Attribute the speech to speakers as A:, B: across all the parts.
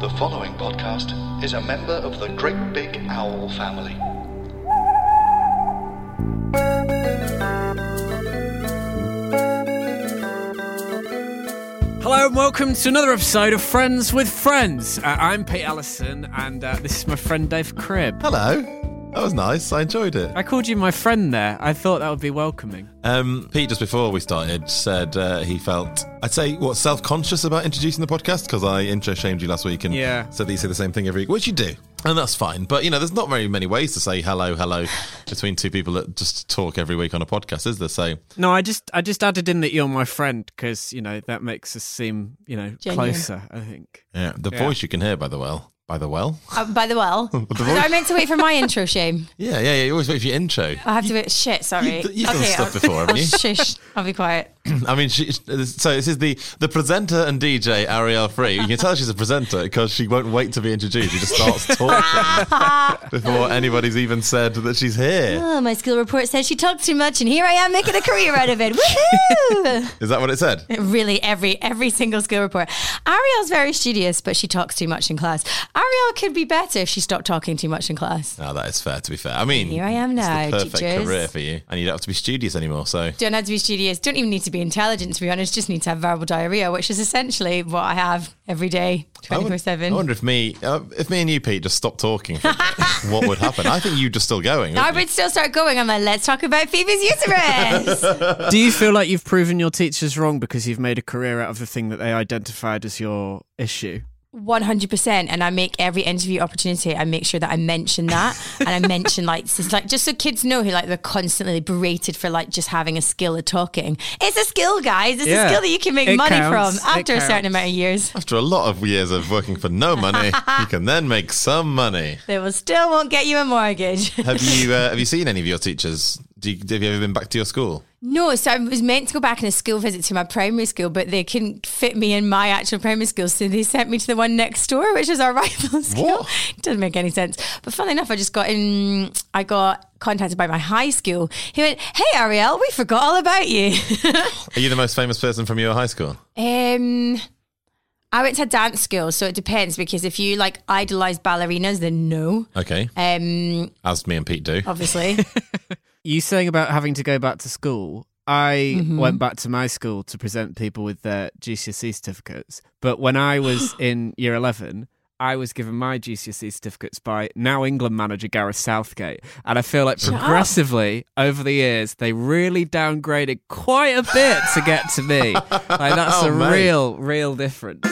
A: The following podcast is a member of the Great Big Owl family.
B: Hello and welcome to another episode of Friends with Friends. Uh, I'm Pete Ellison and uh, this is my friend Dave Cribb.
C: Hello. That was nice. I enjoyed it.
B: I called you my friend there. I thought that would be welcoming.
C: Um, Pete, just before we started, said uh, he felt, I'd say, what, self conscious about introducing the podcast because I intro shamed you last week and
B: Yeah.
C: said that you say the same thing every week, which you do. And that's fine. But, you know, there's not very many ways to say hello, hello between two people that just talk every week on a podcast, is there? So,
B: No, I just I just added in that you're my friend because you know that makes us seem you know
D: Genuine.
B: closer. I think.
C: yeah, the
B: Yeah.
C: voice you can hear by the well. By the well?
D: Uh, by the well, was I meant to wait for my intro, Shame?
C: Yeah, yeah, yeah. You always wait for your intro.
B: Uh,
D: I have to wait. Shit, sorry.
C: You- you've done stuff
D: I'll-
C: before, haven't you?
D: Shush, I'll be quiet.
C: I mean, she, so this is the, the presenter and DJ, Ariel Free. You can tell she's a presenter because she won't wait to be introduced. She just starts talking before anybody's even said that she's here.
D: Oh, my school report says she talked too much, and here I am making a career out of it. Woohoo!
C: Is that what it said?
D: really, every every single school report. Ariel's very studious, but she talks too much in class. Ariel could be better if she stopped talking too much in class.
C: No, Ah, that is fair, to be fair. I mean,
D: Here I am now,
C: it's the perfect
D: teachers.
C: career for you. And you don't have to be studious anymore. So,
D: Don't have to be studious. Don't even need to be intelligent, to be honest. Just need to have verbal diarrhea, which is essentially what I have every day,
C: I wonder-
D: 24 7.
C: I wonder if me, uh, if me and you, Pete, just stopped talking, for a bit, what would happen? I think you'd just still going.
D: I
C: wouldn't you?
D: would still start going. I'm like, let's talk about Phoebe's uterus.
B: Do you feel like you've proven your teachers wrong because you've made a career out of the thing that they identified as your issue?
D: One hundred percent, and I make every interview opportunity. I make sure that I mention that, and I mention like, it's like just so kids know who like they're constantly berated for like just having a skill of talking. It's a skill, guys. It's
B: Yeah.
D: a skill that you can make
B: It
D: money
B: counts.
D: from
B: It
D: after a certain
B: counts.
D: amount of years.
C: After a lot of years of working for no money, you can then make some money.
D: They will still won't get you a mortgage.
C: Have you uh, have you seen any of your teachers? Do you, have you ever been back to your school?
D: No, so I was meant to go back on a school visit to my primary school, but they couldn't fit me in my actual primary school, so they sent me to the one next door, which is our rival school.
C: What?
D: Doesn't make any sense. But funnily enough, I just got in. I got contacted by my high school. He went, "Hey Ariel, we forgot all about you."
C: Are you the most famous person from your high school?
D: um, I went to dance school, so it depends because if you like idolize ballerinas, then no.
C: Okay,
D: Um,
C: as me and Pete do.
D: obviously.
B: you saying about having to go back to school. I
C: Mm-hmm.
B: went back to my school to present people with their GCSE E certificates. But when I was in year 11, I was given my GCSE E certificates by now England manager Gareth Southgate. And I feel like progressively over the years, they really downgraded quite a bit to get to me. Like, that's
C: Oh,
B: a
C: mate.
B: real, real difference.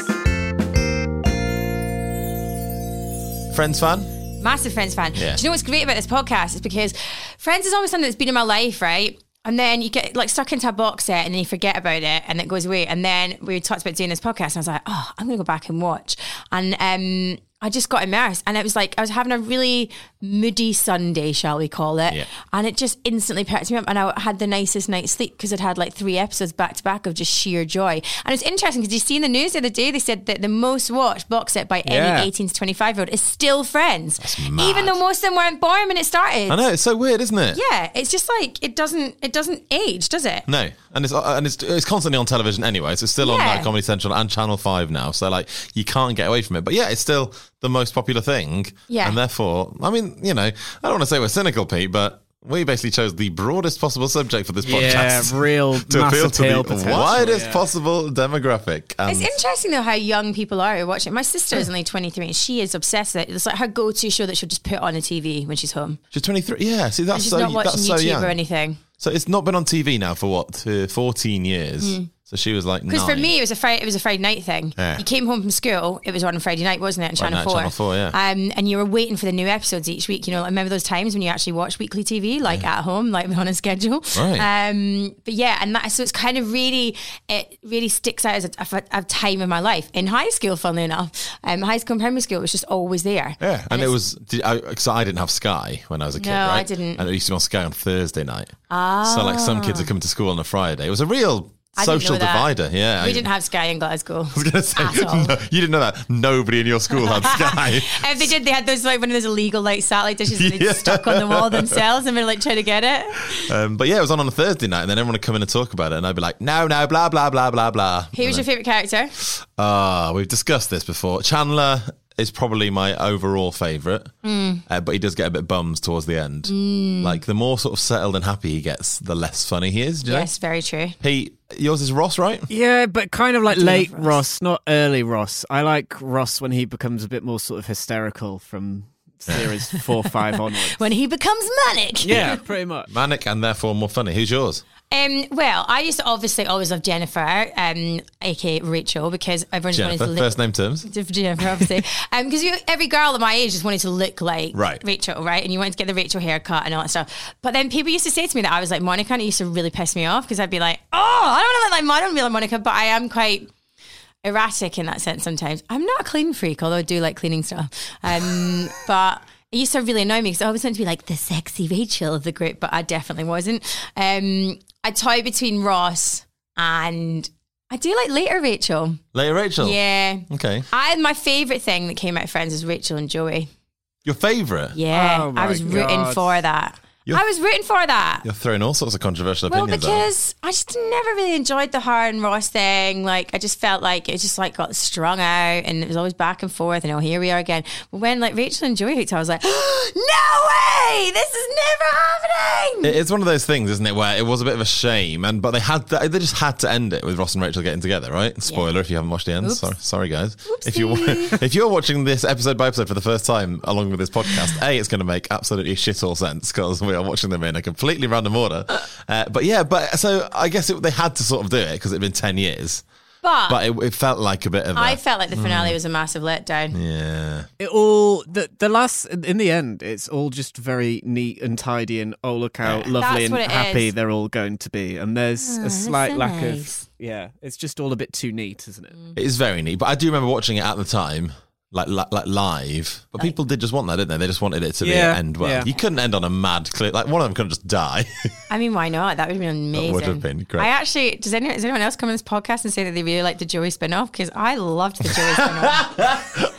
C: Friends fan.
D: Massive Friends fan.
C: Yeah.
D: Do you know what's great about this podcast? It's because Friends is always something that's been in my life, right? And then you get like stuck into a box set and then you forget about it and it goes away. And then we talked about doing this podcast and I was like, oh, I'm going to go back and watch. And um, I just got immersed. And it was like, I was having a really moody Sunday, shall we call it.
C: Yeah.
D: And it just instantly picked me up. And I had the nicest night's sleep because I'd had like three episodes back to back of just sheer joy. And it's interesting because you see in the news the other day, they said that the most watched box set by
B: Yeah.
D: any 18 to 25 year old is still Friends. Even though most of them weren't born when it started.
C: I know it's so weird, isn't it?
D: Yeah, it's just like it doesn't it doesn't age, does it?
C: No, and it's uh, and it's, it's constantly on television anyway. So it's still on
D: Yeah.
C: like Comedy Central and Channel Five now. So like you can't get away from it. But yeah, it's still the most popular thing.
D: Yeah.
C: and therefore, I mean, you know, I don't want to say we're cynical, Pete, but We basically chose the broadest possible subject for this
B: Yeah,
C: podcast.
B: real
C: to
B: mass
C: appeal to
B: appeal
C: the
B: potential,
C: widest
B: yeah.
C: possible demographic. And
D: It's interesting though how young people are who watch it. My sister is only 23 and she is obsessed with it. It's like her go-to show that she'll just put on a TV when she's home.
C: She's 23. Yeah, see, that's
D: she's
C: so,
D: not watching
C: that's so
D: YouTube
C: young.
D: or anything.
C: So it's not been on TV now for what, uh, 14 years? So she was like,
D: Because Hmm. for
C: nine.
D: me, it was a Friday, it was a Friday night thing.
C: Yeah.
D: You came home from school. It was on a Friday night, wasn't it? On
C: Friday
D: Channel
C: night,
D: Four.
C: Channel 4, yeah.
D: Um, and you were waiting for the new episodes each week. You know, I remember those times when you actually watched weekly TV, like at home, like on a schedule.
C: Right.
D: Um, but yeah, and that so it's kind of really it really sticks out as a, a, a time in my life. In high school, funnily enough, um, high school and primary school it was just always there.
C: Yeah, and, it was because I, didn't have Sky when I was a kid.
D: No, I
C: right?
D: didn't. Ah.
C: And it used to be on Sky on Thursday night. So like some kids would come to school on a Friday. It was a real
D: I didn't know
C: social
D: that.
C: divider. Yeah,
D: We didn't have Sky in Glasgow.
C: I was going to say,
D: at all.
C: no, you didn't know that. Nobody in your school had Sky.
D: And if they did, they had those like one of those illegal like satellite dishes that they
C: Yeah.
D: just stuck on the wall themselves and were like trying to get it.
C: um, but yeah, it was on on a Thursday night, and then everyone would come in and talk about it, and I'd be like, no, no, blah, blah, blah, blah, blah.
D: Who was your favourite character?
C: Ah, we've discussed this before. Chandler is probably my overall favourite,
D: Hmm.
C: uh, but he does get a bit bums towards the end. Like the more sort of settled and happy he gets, the less funny he is. do you know?
D: Yes, very true.
C: Pete, yours is Ross, right?
B: Yeah, but kind of like late Ross. not early Ross. I like Ross when he becomes a bit more sort of hysterical from series four, five onwards.
D: When he becomes manic.
B: yeah, pretty much.
C: Manic and therefore more funny. Who's yours?
D: Um, well, I used to obviously always love Jennifer, um, aka Rachel, because everyone's
C: Jennifer,
D: wanted to live.
C: first name terms.
D: to Jennifer, obviously, because you every girl at my age just wanted to look like
C: Right.
D: Rachel, right? And you wanted to get the Rachel haircut and all that stuff. But then people used to say to me that I was like Monica, and it used to really piss me off because I'd be like, "Oh, I don't want to look like Monica, I don't want to be like Monica," but I am quite erratic in that sense sometimes. I'm not a clean freak, although I do like cleaning stuff. Um, but it used to really annoy me because I always wanted to be like the sexy Rachel of the group, but I definitely wasn't. Um, I toy between Ross and I do like later Rachel.
C: Later, Rachel.
D: Yeah.
C: Okay.
D: I my favorite thing that came out of Friends is Rachel and Joey.
C: Your favourite?
D: Yeah,
B: Oh my
D: I was rooting
B: God.
D: for that. I was rooting for that.
C: You're throwing all sorts of controversial
D: Well,
C: opinions out.
D: because I just never really enjoyed the her and Ross thing. Like I just felt like it just like got strung out, and it was always back and forth. And oh, here we are again. But when like Rachel and Joey hooked, I was like, no way, this is never happening.
C: It- It's one of those things, isn't it, where it was a bit of a shame, and but they had to, they just had to end it with Ross and Rachel getting together, right? Spoiler if you haven't watched the end. Sorry, sorry guys. If you
D: Oopsie.
C: if you're watching this episode by episode for the first time along with this podcast, a it's going to make absolutely shit all sense because we are watching them in a completely random order. Uh, but yeah, but so I guess it, they had to sort of do it because it'd been ten years,
D: But,
C: but it, it felt like a bit of a
D: Ah. I felt like the finale was a massive letdown.
C: yeah.
B: It all the the last in the end, it's all just very neat and tidy, and oh look how lovely
D: That's what
B: and
D: it
B: happy
D: is. Ah,
B: they're all going to be. And there's a slight
D: so
B: lack
D: nice. Mm.
B: of yeah, it's just all a bit too neat, isn't it?
C: It is very neat, but I do remember watching it at the time, like like, like live. But people did just want that, didn't they? They just wanted it to
B: Yeah,
C: be end well.
B: yeah.
C: You couldn't end on a mad clip. Like one of them could just die.
D: I mean, why not? That would have been amazing.
C: would have been great.
D: I actually, does anyone, does anyone else come on this podcast and say that they really liked the Joey spin off? Because I loved the Joey spin off.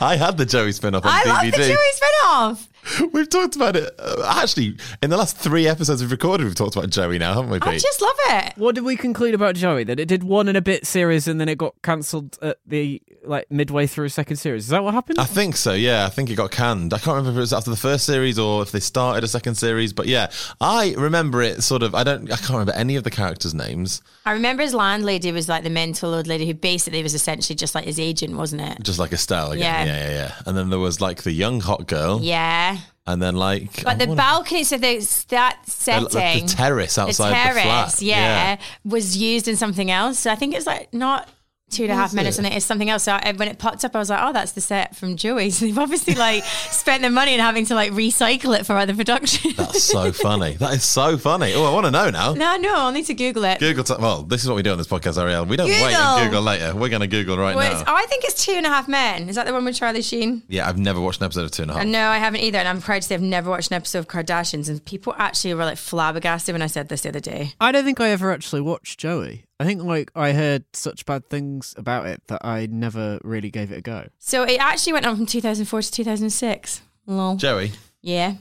C: I had the Joey spin off on
D: I love the
C: DVD.
D: Joey spin off.
C: We've talked about it. Uh, actually, in the last three episodes we've recorded, we've talked about Joey now, haven't we,
D: I
C: Pete?
D: just love it.
B: What did we conclude about Joey? That it did one and a bit series, and then it got cancelled at the like midway through second series. Is that what happened?
C: I think so, yeah. I think it got canned. I can't remember if it was after the first series or if they started a second series, but yeah, I remember it sort of. I don't. I can't remember any of the characters' names.
D: I remember his landlady was like the mental old lady who basically was essentially just like his agent, wasn't it?
C: Just like Estelle again. Yeah,
D: Yeah.
C: yeah, yeah. And then there was like the young hot girl.
D: Yeah.
C: And then like I
D: But the
C: wanna-
D: balcony, so the, that
C: the-
D: setting.
C: the terrace outside the flat,
D: yeah,
C: yeah.
D: was used in something else. So I think it's like not two and a half
C: is
D: minutes
C: it?
D: and it is something else. So I, when it popped up, I was like, oh, that's the set from Joey. So they've obviously like spent their money and having to like recycle it for other production.
C: That's so funny. That is so funny. Oh, I want to know now.
D: no, no, I'll need to Google it.
C: Google. T- well, this is what we do on this podcast, Ariel. We don't wait and
D: Google.
C: Google later. We're going to Google right
D: Well,
C: now.
D: it's- oh, I think it's Two and a Half Men. Is that the one with Charlie Sheen?
C: yeah, I've never watched an episode of Two and a Half.
D: And no, I haven't either. And I'm proud to say I've never watched an episode of Kardashians. And people actually were like flabbergasted when I said this the other day.
B: I don't think I ever actually watched Joey. I think like I heard such bad things about it that I never really gave it a go.
D: So it actually went on from 2004 to 2006. Lol.
C: Joey. Oh,
D: yeah.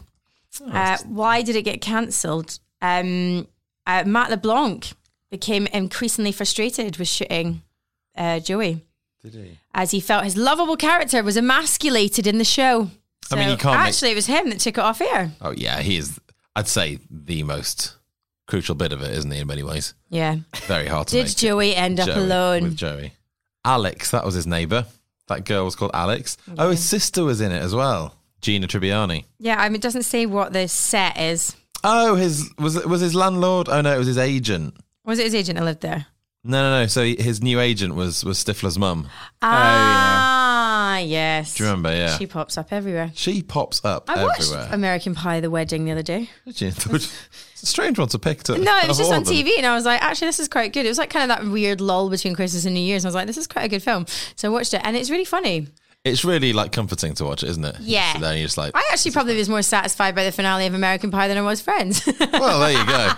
D: Uh, why did it get cancelled? Um, uh, Matt LeBlanc became increasingly frustrated with shooting uh, Joey.
C: Did he?
D: As he felt his lovable character was emasculated in the show.
C: I mean,
D: So
C: you can't make-
D: Actually, it was him that took it off air.
C: Oh yeah, he is. I'd say the most crucial bit of it, isn't he? In many ways,
D: Yeah.
C: very hard to
D: Did
C: make.
D: Joey end up
C: Joey,
D: alone?
C: with Joey. Alex, that was his neighbor. That girl was called Alex. Oh, his sister was in it as well, Gina Tribbiani.
D: yeah, I mean, it doesn't say what the set is.
C: Oh, his was it- was his landlord. Oh no, it was his agent.
D: Was it his agent that lived there?
C: No, no, no. So he- his new agent was was Stifler's mum.
D: Ah, yes.
C: Oh, Do you remember? Yeah,
D: She
C: she,
D: pops up everywhere.
C: pops up
D: I watched
C: everywhere.
D: American Pie: The Wedding the other day.
C: Did you? it's a strange one to pick. To,
D: No, it
C: of
D: was just
C: all
D: on
C: of them.
D: TV, and I was like, actually, this is quite good. It was like kind of that weird lull between Christmas and New Year's. And I was like, this is quite a good film. So I watched it, and it's really funny.
C: It's really like comforting to watch it, isn't it? You just
D: Yeah.
C: sit there and you're just like,
D: I actually probably was more satisfied by the finale of American Pie than I was Friends.
C: well, there you go.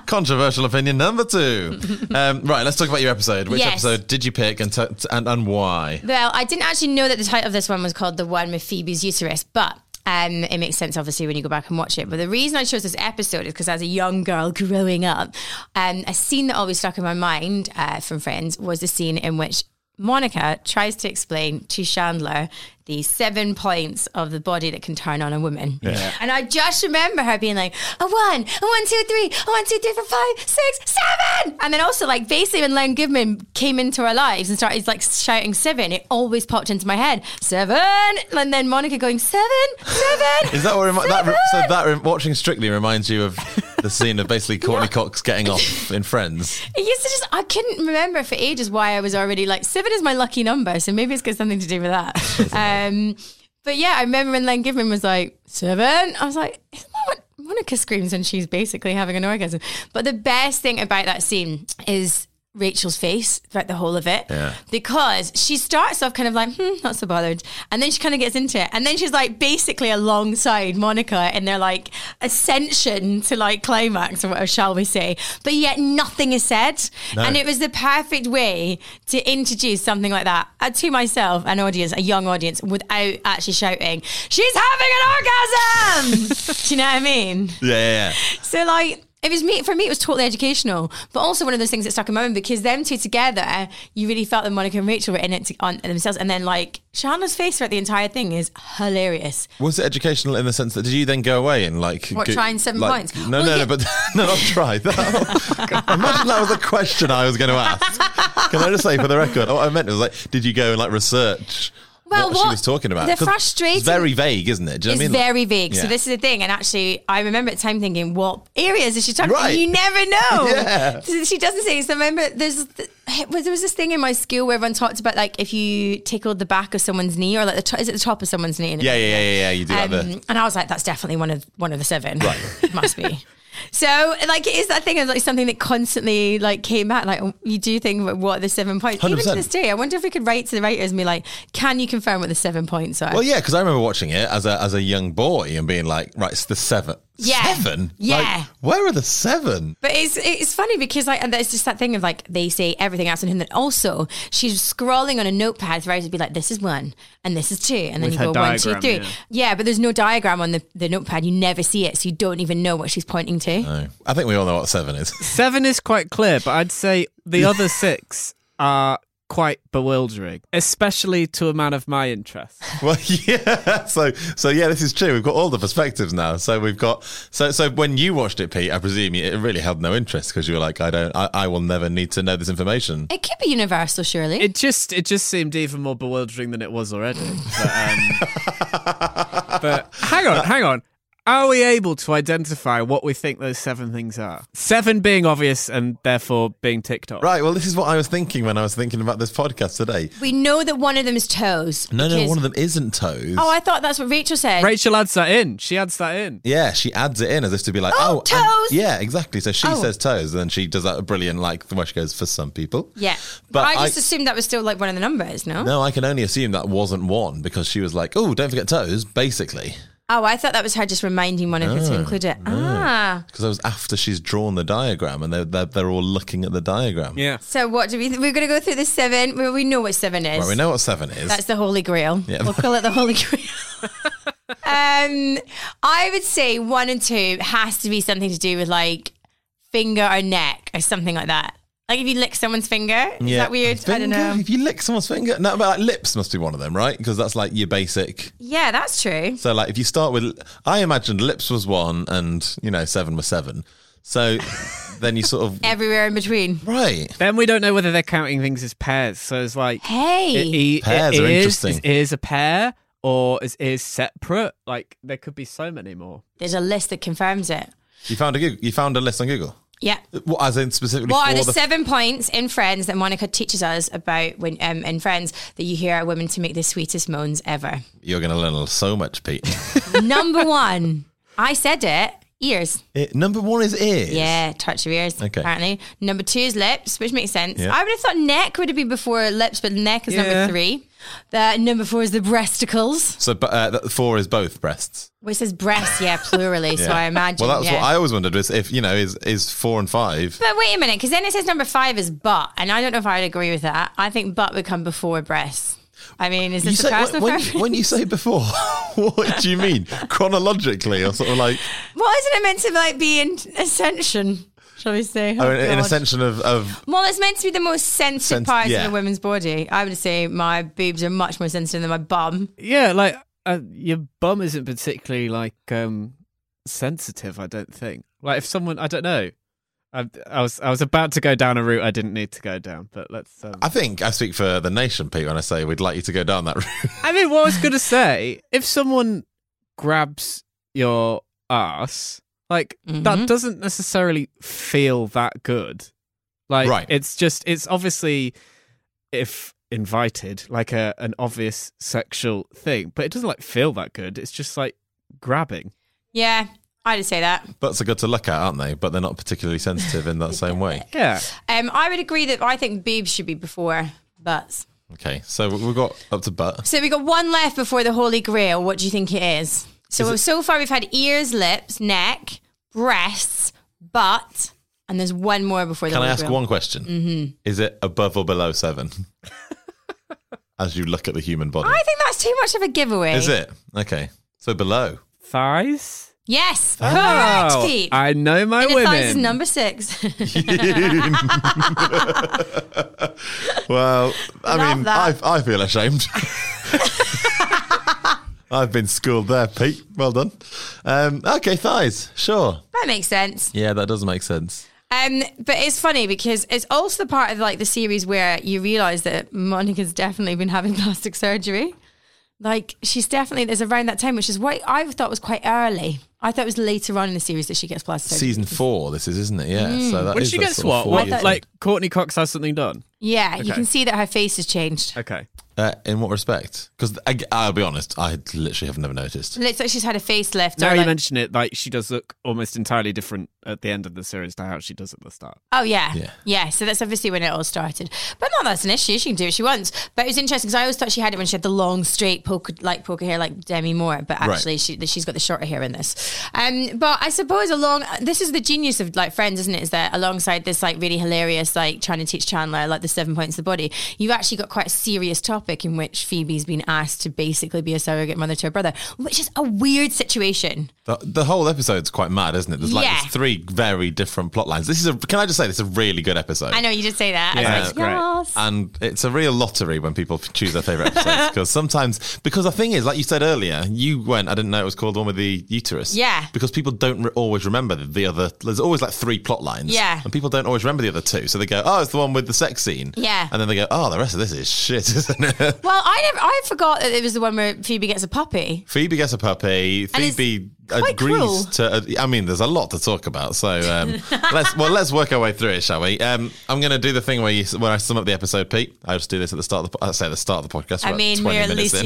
C: Controversial opinion number two. Um, right, let's talk about your episode. Which
D: Yes.
C: episode did you pick and, t- t- and and why?
D: Well, I didn't actually know that the title of this one was called The One with Phoebe's Uterus, but um, it makes sense, obviously, when you go back and watch it. But the reason I chose this episode is because as a young girl growing up, um, a scene that always stuck in my mind uh, from Friends was the scene in which Monica tries to explain to Chandler the seven points of the body that can turn on a woman. And I just remember her being like, a one, a one, two, three, a one, two, three, four, five, six, seven. And then also, like, basically, when Len Goodman came into our lives and started, like, shouting seven, it always popped into my head, seven. And then Monica going, seven, seven.
C: Is that what remi- that re- so
D: seven."
C: that re- watching Strictly reminds you of the scene of basically Courtney Cox getting off in Friends?
D: It used to just, I couldn't remember for ages why I was already like, seven is my lucky number. So maybe it's got something to do with that. um, but yeah, I remember when Len Goodman was like, seven. I was like, isn't that what Monica screams when she's basically having an orgasm? But the best thing about that scene is Rachel's face throughout the whole of it. Because she starts off kind of like, hmm, not so bothered. And then she kind of gets into it. And then she's like basically alongside Monica in their like ascension to like climax or whatever, shall we say. But yet nothing is said. And it was the perfect way to introduce something like that uh, to myself, an audience, a young audience, without actually shouting, she's having an orgasm. Do you know what I mean?
C: Yeah, yeah, yeah.
D: So like it was me for me it was totally educational, but also one of those things that stuck in my mind because them two together, you really felt that Monica and Rachel were in it to, on themselves, and then like Shauna's face throughout the entire thing is hilarious.
C: Was it educational in the sense that did you then go away and like
D: What,
C: go-
D: try and seven points?
C: No,
D: Well,
C: no,
D: yeah.
C: no, but no, not try. That, imagine that was a question I was going to ask. Can I just say for the record, what I meant was like, did you go and like research
D: Well,
C: what, she
D: what-
C: was talking about?
D: the
C: 'Cause it's
D: frustrating-
C: very vague, isn't it? Do you know
D: it's
C: what I mean? Like-
D: very vague. So
C: Yeah.
D: this is the thing, and actually, I remember at the time thinking, what areas is she talking? about?
C: Right.
D: You never know.
C: Yeah.
D: So She doesn't say. So I remember, there's th- it was- there was this thing in my school where everyone talked about like if you tickled the back of someone's knee or like the to- is it the top of someone's knee? And it
C: Yeah, yeah, yeah, yeah, yeah. You do that.
D: Um,
C: the
D: and I was like, that's definitely one of one of the seven. Must be. So like it is that thing of like something that constantly like came out like you do think about what are the seven points even to
C: 100%.
D: this day I wonder if we could write to the writers and be like can you confirm what the seven points are
C: Well, yeah, because I remember watching it as a as a young boy and being like, right, it's the seven.
D: Yeah.
C: Seven?
D: Yeah.
C: Like, where are the seven?
D: But it's it's funny because like and there's just that thing of like they say everything else on him. Then also she's scrolling on a notepad throughout to be like, this is one and this is two, and then
B: With
D: you
B: her
D: go one, two,
B: diagram,
D: three.
B: yeah.
D: but there's no diagram on the, the notepad. You never see it, so you don't even know what she's pointing to.
C: No. I think we all know what seven is.
B: Seven is quite clear, but I'd say the other six are quite bewildering, especially to a man of my interest.
C: Well, yeah. So, so yeah, this is true. We've got all the perspectives now. So we've got. So, so when you watched it, Pete, I presume you- it really held no interest because you were like, I don't, I, I will never need to know this information.
D: It could be universal, surely.
B: It just it just seemed even more bewildering than it was already. But, um, but hang on, hang on. Are we able to identify what we think those seven things are? Seven being obvious and therefore being ticked off.
C: Right. Well, this is what I was thinking when I was thinking about this podcast today.
D: we know that one of them is toes.
C: No, no,
D: because-
C: one of them isn't toes.
D: Oh, I thought that's what Rachel said.
B: Rachel adds that in. She adds that in.
C: yeah, she adds it in as if to be like,
D: Oh,
C: oh,
D: toes!"
C: and- yeah, exactly. So she
D: Oh.
C: says toes, and then she does that brilliant like where she goes for some people.
D: yeah,
C: but
D: I just
C: I-
D: assumed that was still like one of the numbers. No?
C: No, I can only assume that wasn't one because she was like, oh, don't forget toes, basically.
D: Oh, I thought that was her just reminding Monica
C: Oh,
D: to include it. Ah.
C: Because that was after she's drawn the diagram and they're, they're, they're all looking at the diagram.
B: Yeah.
D: So what do we? Th- we're going to go through the seven. Well, we know what seven is.
C: Well, we know what seven is.
D: That's the Holy Grail.
C: Yeah.
D: We'll call it the Holy Grail. um, I would say one and two has to be something to do with like finger or neck or something like that. Like if you lick someone's finger, is
C: Yeah.
D: that weird? I don't
C: Finger?
D: know.
C: If you lick someone's finger, no, but like lips must be one of them, right? Because that's like your basic.
D: Yeah, that's true.
C: So like if you start with, I imagined lips was one, and you know seven was seven. So then you sort of
D: Everywhere in between.
C: right.
B: Then we don't know whether they're counting things as pairs. So it's like,
D: Hey.
B: i- i-
C: Pairs
B: i-
C: are
B: is-
C: interesting.
B: Is, is a pair or is is separate? Like there could be so many more.
D: There's a list that confirms it.
C: You found a Google, you found a list on Google.
D: Yeah.
C: What, as in specifically
D: What
C: for
D: are the,
C: the
D: seven points in Friends that Monica teaches us about when um, in Friends that you hear a woman to make the sweetest moans ever?
C: You're going to learn so much, Pete.
D: Number one, I said it. Ears.
C: It- number one is ears.
D: Yeah, touch of ears.
C: Okay.
D: Apparently, number two is lips, which makes sense.
C: Yeah.
D: I would have thought neck would have been before lips, but neck is number
B: Yeah.
D: three. The number four is the breasticles.
C: So but, uh, that- four is both breasts.
D: Which says breasts, yeah, plurally. So
C: Yeah.
D: I imagine.
C: Well, that's
D: yeah.
C: what I always wondered is if you know is is four and five.
D: But wait a minute, because then it says number five is butt, and I don't know if I would agree with that. I think butt would come before breasts. I mean, is
C: You
D: this
C: say,
D: a personal
C: when,
D: preference?
C: when you say before, what do you mean chronologically or sort of like
D: well, isn't it meant to like be in ascension? Shall we say?
C: oh, in, in
D: God.
C: ascension of, of
D: Well, it's meant to be the most sensitive
C: Sense-
D: parts
C: yeah.
D: of a woman's body. I would say my boobs are much more sensitive than my bum.
B: Yeah, like uh, your bum isn't particularly like um sensitive. I don't think. Like if someone, I don't know. I, I was I was about to go down a route I didn't need to go down, but let's. Um,
C: I think I speak for the nation, Pete, when I say we'd like you to go down that route.
B: I mean, what I was going to say, if someone grabs your ass, like that doesn't necessarily feel that good. Like
C: Right.
B: it's just it's obviously if invited, like a an obvious sexual thing, but it doesn't like feel that good. It's just like grabbing.
D: Yeah, I'd say that.
C: Butts are good to look at, aren't they? But they're not particularly sensitive in that same way.
B: Yeah.
D: Um, I would agree that I think boobs should be before butts.
C: Okay, so we've got up to butt.
D: So we got one left before the Holy Grail. What do you think it is? So so far we've had ears, lips, neck, breasts, butt, and there's one more before the
C: Can I
D: Holy
C: ask
D: Grail.
C: one question? Mm-hmm. Is it above or below seven? As you look at the human body,
D: I think that's too much of a giveaway.
C: is it okay? So below.
B: Thighs?
D: Yes,
B: Oh,
D: correct, Pete.
B: I know my
D: and the thighs is
B: women.
D: number six.
C: Well, I
D: Love
C: mean, I,
D: that.
C: I feel ashamed. I've been schooled there, Pete. Well done. Um, okay, thighs. Sure.
D: that makes sense.
C: Yeah, that does make sense.
D: Um, but it's funny because it's also the part of like the series where you realise that Monica's definitely been having plastic surgery. Like she's definitely there's around that time, which is what I thought was quite early. I thought it was later on in the series that she gets plastic surgery.
C: Season four, this is, isn't it? Yeah.
D: Hmm.
C: So that
B: When
C: is
B: she
C: that
B: gets
C: sort of
B: what?
C: four
B: What,
C: years.
B: like Courtney Cox has something done.
D: Yeah, you
B: Okay.
D: can see that her face has changed.
B: Okay.
C: Uh, in what respect? Because I'll be honest, I literally have never noticed.
D: It looks like she's had a facelift.
B: Now
D: or
B: you
D: like-
B: mention it, like she does look almost entirely different at the end of the series to how she does at the start.
D: Oh yeah.
C: Yeah.
D: yeah, So that's obviously when it all started. But not that's an issue. She can do what she wants. But it was interesting because I always thought she had it when she had the long, straight poker like poker hair, like Demi Moore. But
C: Right.
D: actually, she she's got the shorter hair in this. Um, but I suppose along this is the genius of like Friends, isn't it? Is that alongside this like really hilarious like trying to teach Chandler like the seven points of the body, you've actually got quite a serious topic in which Phoebe's been asked to basically be a surrogate mother to her brother, which is a weird situation.
C: The, the whole episode's quite mad, isn't it? There's like
D: Yeah.
C: there's three very different plot lines. This is a. Can I just say this is a really good episode?
D: I know you did say that.
B: Yeah,
D: I
B: that's
D: was
B: great.
D: like, yes.
C: And it's a real lottery when people choose their favorite episodes because sometimes because the thing is, like you said earlier, you went. I didn't know it was called the one with the uterus.
D: Yeah.
C: Because people don't re- always remember the, the other. There's always like three plot lines.
D: Yeah.
C: And people don't always remember the other two, so they go, "Oh, it's the one with the sex scene."
D: Yeah.
C: And then they go, "Oh, the rest of this is shit, isn't it?"
D: Well, I never, I forgot that it was the one where Phoebe gets a puppy.
C: Phoebe gets a puppy.
D: And it's
C: Phoebe
D: quite
C: agrees
D: cruel.
C: to. I mean, there's a lot to talk about. So um, let's well, let's work our way through it, shall we? Um, I'm going to do the thing where you where I sum up the episode, Pete. I just do this at the start. Of the, po- I say the start of the podcast.
D: I
C: about
D: mean,
C: 20
D: we're at
C: minutes
D: least
C: in.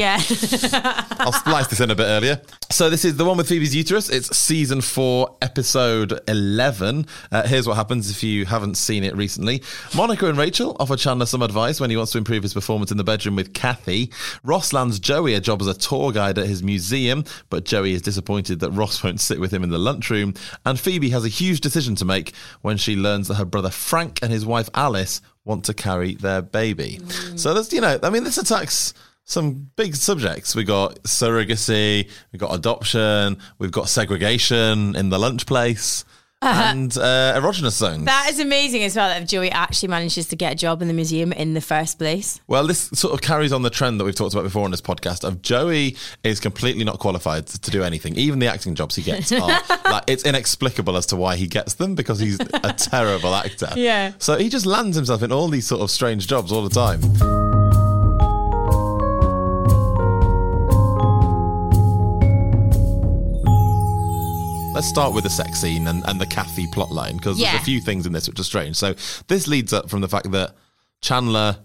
D: yeah.
C: I'll splice this in a bit earlier. So this is the one with Phoebe's uterus. It's season four, episode eleven. Uh, here's what happens if you haven't seen it recently. Monica and Rachel offer Chandler some advice when he wants to improve his performance in the bedroom with Kathy. Ross lands Joey a job as a tour guide at his museum, but Joey is disappointed that Ross won't sit with him in the lunchroom. And Phoebe has a huge decision to make when she learns that her brother Frank and his wife Alice want to carry their baby. So that's you know, I mean, this attacks some big subjects. We got surrogacy, we got adoption, we've got segregation in the lunch place. and uh, erogenous zones.
D: That is amazing as well that if Joey actually manages to get a job in the museum in the first place.
C: Well, this sort of carries on the trend that we've talked about before on this podcast of Joey is completely not qualified to do anything. Even the acting jobs he gets are like it's inexplicable as to why he gets them because he's a terrible actor.
D: Yeah.
C: So he just lands himself in all these sort of strange jobs all the time. Let's start with the sex scene and, and the Kathy plotline because
D: Yeah.
C: there's a few things in this which are strange. So this leads up from the fact that Chandler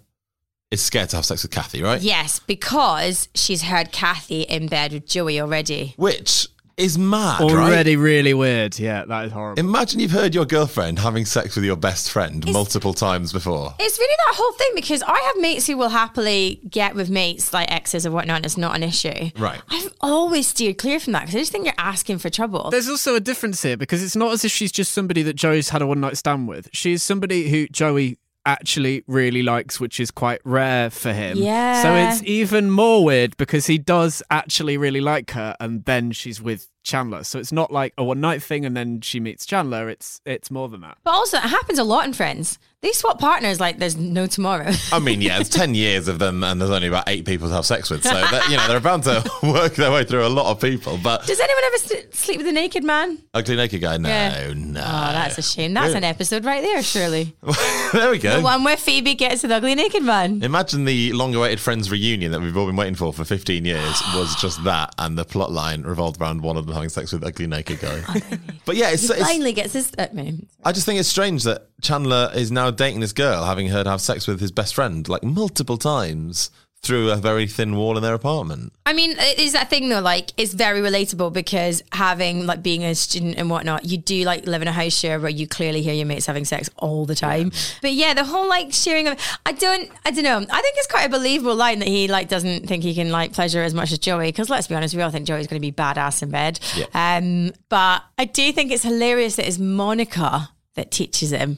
C: is scared to have sex with Kathy, right?
D: Yes, because she's heard Kathy in bed with Joey already.
C: Which is mad, right?
B: Already really weird. Yeah, that is horrible.
C: Imagine you've heard your girlfriend having sex with your best friend multiple times before.
D: It's really that whole thing because I have mates who will happily get with mates like exes or whatnot. It's not an issue.
C: Right.
D: I've always steered clear from that because I just think you're asking for trouble.
B: There's also a difference here because it's not as if she's just somebody that Joey's had a one night stand with. She's somebody who Joey actually really likes, which is quite rare for him.
D: Yeah.
B: So it's even more weird because he does actually really like her and then she's with Chandler. So it's not like a one night thing and then she meets Chandler. It's it's more than that.
D: But also, it happens a lot in Friends. They swap partners like there's no tomorrow.
C: I mean, yeah, it's 10 years of them, and there's only about eight people to have sex with. So, that, you know, they're bound to work their way through a lot of people. But
D: Does anyone ever s sleep with a naked man?
C: Ugly Naked Guy, no,
D: Yeah.
C: no.
D: Oh, that's a shame. That's an episode right there, surely.
C: there we go.
D: The one where Phoebe gets with ugly naked man.
C: Imagine the long-awaited Friends reunion that we've all been waiting for for 15 years was just that, and the plot line revolved around one of them having sex with ugly naked guy. but yeah, it's, it's
D: Finally gets his. uh, I mean,
C: I just think it's strange that Chandler is now dating this girl, having her have sex with his best friend like multiple times through a very thin wall in their apartment.
D: I mean, it is that thing though. Like, it's very relatable because having like being a student and whatnot, you do like live in a house share where you clearly hear your mates having sex all the time. But yeah, the whole like sharing of, I don't, I don't know. I think it's quite a believable line that he like doesn't think he can like pleasure as much as Joey. Because let's be honest, we all think Joey's going to be badass in bed. Um, but I do think it's hilarious that it's Monica that teaches him.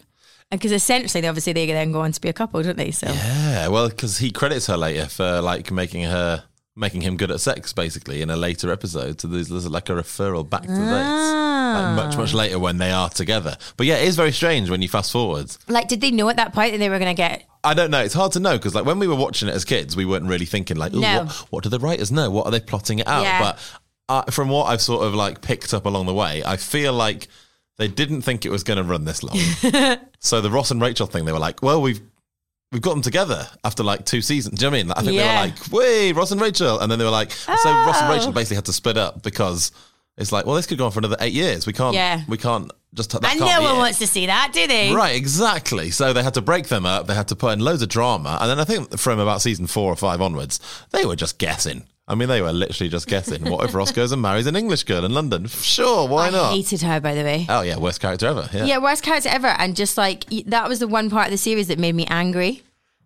D: And because essentially, they obviously they then go on to be a couple, don't they? So
C: Yeah, well, because he credits her later for like making her making him good at sex, basically, in a later episode. So there's, there's like a referral back to this. Like, much, much later when they are together. But yeah, it is very strange when you fast forward.
D: like, did they know at that point that they were going to get
C: I don't know. It's hard to know because, like, when we were watching it as kids, we weren't really thinking like, "Ooh,
D: No.
C: what, what do the writers know? What are they plotting it out?"
D: Yeah.
C: But uh, from what I've sort of like picked up along the way, I feel like they didn't think it was going to run this long. so the Ross and Rachel thing, they were like, "Well, we've." We've got them together after like two seasons. Do you know what I mean? Like, I think
D: Yeah. Oh.
C: they were like, "Way Ross and Rachel," and then they were like, "So Ross and Rachel basically had to split up because it's like, well, this could go on for another eight years. We can't,
D: Yeah.
C: we can't just. That can't
D: and no
C: be
D: one
C: it.
D: wants to see that, do they?
C: Right, exactly. So they had to break them up. They had to put in loads of drama, and then I think from about season four or five onwards, they were just guessing. I mean, they were literally just guessing. what if Ross goes and marries an English girl in London? Sure, why
D: I
C: not?
D: hated her, by the way.
C: oh yeah, worst character ever. Yeah.
D: yeah, worst character ever. And just like y- that was the one part of the series that made me angry.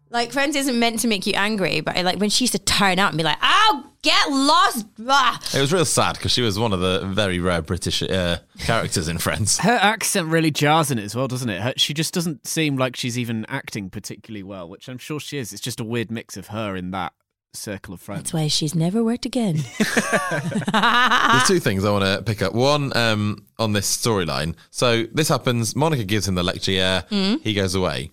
D: Like Friends isn't meant to make you angry, but like when she used to turn up and be like, "Oh, get lost!" Blah.
C: It was real sad because she was one of the very rare British uh, characters in Friends.
B: Her accent really jars in it as well, doesn't it? Her, she just doesn't seem like she's even acting particularly well, which I'm sure she is. It's just a weird mix of her in that circle of friends.
D: That's why she's never worked again.
C: There's two things I want to pick up. One um, on this storyline. So this happens. Monica gives him the lecture. Yeah, he goes away.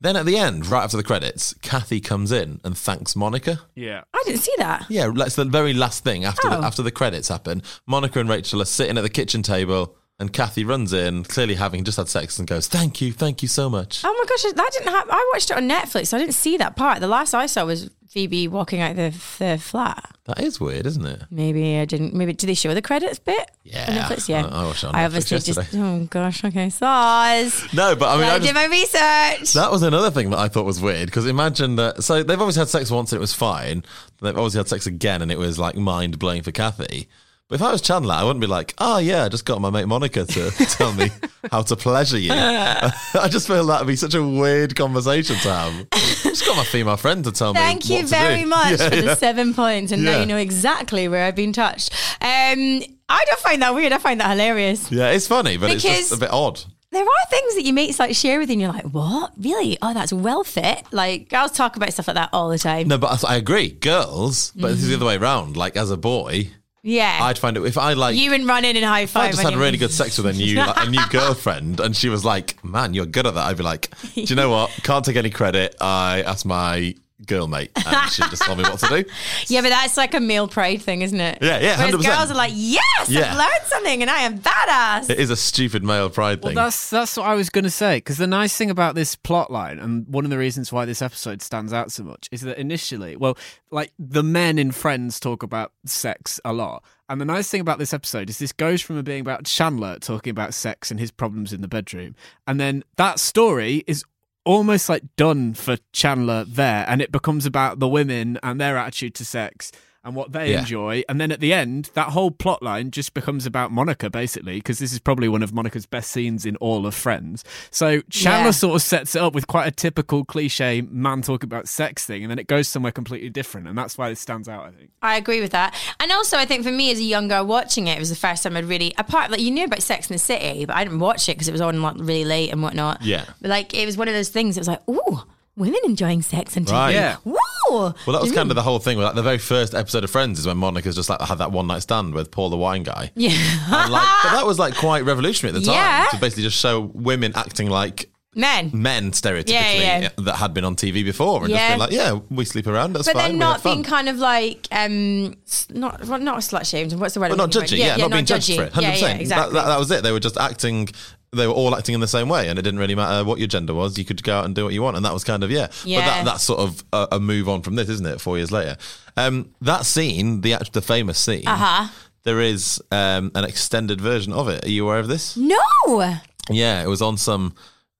C: Then at the end, right after the credits, Kathy comes in and thanks Monica.
B: Yeah.
D: I didn't see that.
C: Yeah, that's the very last thing after
D: Oh.
C: the, after the credits happen. Monica and Rachel are sitting at the kitchen table, and Kathy runs in, clearly having just had sex, and goes, "Thank you, thank you so much."
D: Oh my gosh, that didn't happen. I watched it on Netflix. So I didn't see that part. The last I saw was Phoebe walking out the, the flat.
C: That is weird, isn't it?
D: Maybe I didn't. Maybe did they show the credits bit?
C: Yeah.
D: on Netflix. Yeah,
C: I- I watched it on Netflix
D: obviously just.
C: yesterday.
D: Oh gosh. Okay, saws.
C: No, but I mean,
D: I,
C: I
D: did
C: just,
D: my research.
C: that was another thing that I thought was weird because imagine that. So they've obviously had sex once and it was fine. They've obviously had sex again and it was like mind blowing for Kathy. But if I was Chandler, I wouldn't be like, "Oh yeah, I just got my mate Monica to tell me how to pleasure you." I just feel that would be such a weird conversation to have. just got my female friend to tell me.
D: Thank
C: what
D: you
C: to
D: very
C: do.
D: much
C: Yeah,
D: for
C: yeah.
D: the seven points, and now
C: Yeah.
D: you know exactly where I've been touched. Um, I don't find that weird. I find that hilarious.
C: Yeah, it's funny, but it's
D: Because-
C: just a bit odd.
D: There are things that your mates like share with you, and you're like, "What? Really? Oh, that's well fit." Like girls talk about stuff like that all the time. Mm-hmm.
C: No, but I, I agree, girls. But this is the other way around. Like as a boy,
D: Yeah.
C: I'd find it if I like
D: you and running and high
C: if I
D: five.
C: just had really good sex with a new like, a new girlfriend, and she was like, "Man, you're good at that." I'd be like, "Do you know what? Can't take any credit. I asked my girl mate, and she just told me what to do."
D: Yeah, but that's like a male pride thing, isn't it?
C: Yeah, yeah,
D: Whereas
C: 100%.
D: girls are like, yes,
C: Yeah.
D: I've learned something and I am badass.
C: It is a stupid male pride
B: Well,
C: thing.
B: that's that's what I was going to say. Because the nice thing about this plot line, and one of the reasons why this episode stands out so much, is that initially, well, like the men in Friends talk about sex a lot, and the nice thing about this episode is this goes from it being about Chandler talking about sex and his problems in the bedroom, and then that story is almost like done for Chandler there, and it becomes about the women and their attitude to sex. And what they
C: Yeah.
B: enjoy, and then at the end, that whole plot line just becomes about Monica, basically, because this is probably one of Monica's best scenes in all of Friends. So Chandler
D: Yeah.
B: sort of sets it up with quite a typical cliche man talking about sex thing, and then it goes somewhere completely different, and that's why this stands out. I think.
D: I agree with that. And also, I think for me as a young girl watching it, it was the first time I'd really, apart like you knew about Sex in the City, but I didn't watch it because it was on like really late and whatnot.
C: Yeah.
D: But like it was one of those things. It was like, ooh, women enjoying sex and TV.
C: Right.
B: Yeah.
D: Woo!
C: Well, that was kind of the whole thing. Like the very first episode of Friends is when Monica's just like had that one night stand with Paul the wine guy.
D: yeah.
C: And like, but that was like quite revolutionary at the time
D: Yeah.
C: to basically just show women acting like
D: Men.
C: men stereotypically
D: Yeah, yeah.
C: that had been on TV before and just
D: Yeah.
C: been like, yeah, we sleep around. That's
D: But
C: fine.
D: then
C: we
D: not
C: have fun.
D: being kind of like um s- not well, not slut shamed. What's the word?
C: But
D: I'm
C: not
D: looking for?
C: judging, yeah, not being judged
D: judgy.
C: for it. 100%.
D: Yeah, yeah,
C: That-
D: exactly.
C: that, that was it. They were just acting, they were all acting in the same way, and it didn't really matter what your gender was. You could go out and do what you want, and that was kind of, yeah. But
D: Yeah.
C: that, that's sort of a, a move on from this, isn't it? Four years later. Um, that scene, the act- the famous scene, uh-huh. there is um, an extended version of it. Are you aware of this?
D: no.
C: Yeah, it was on some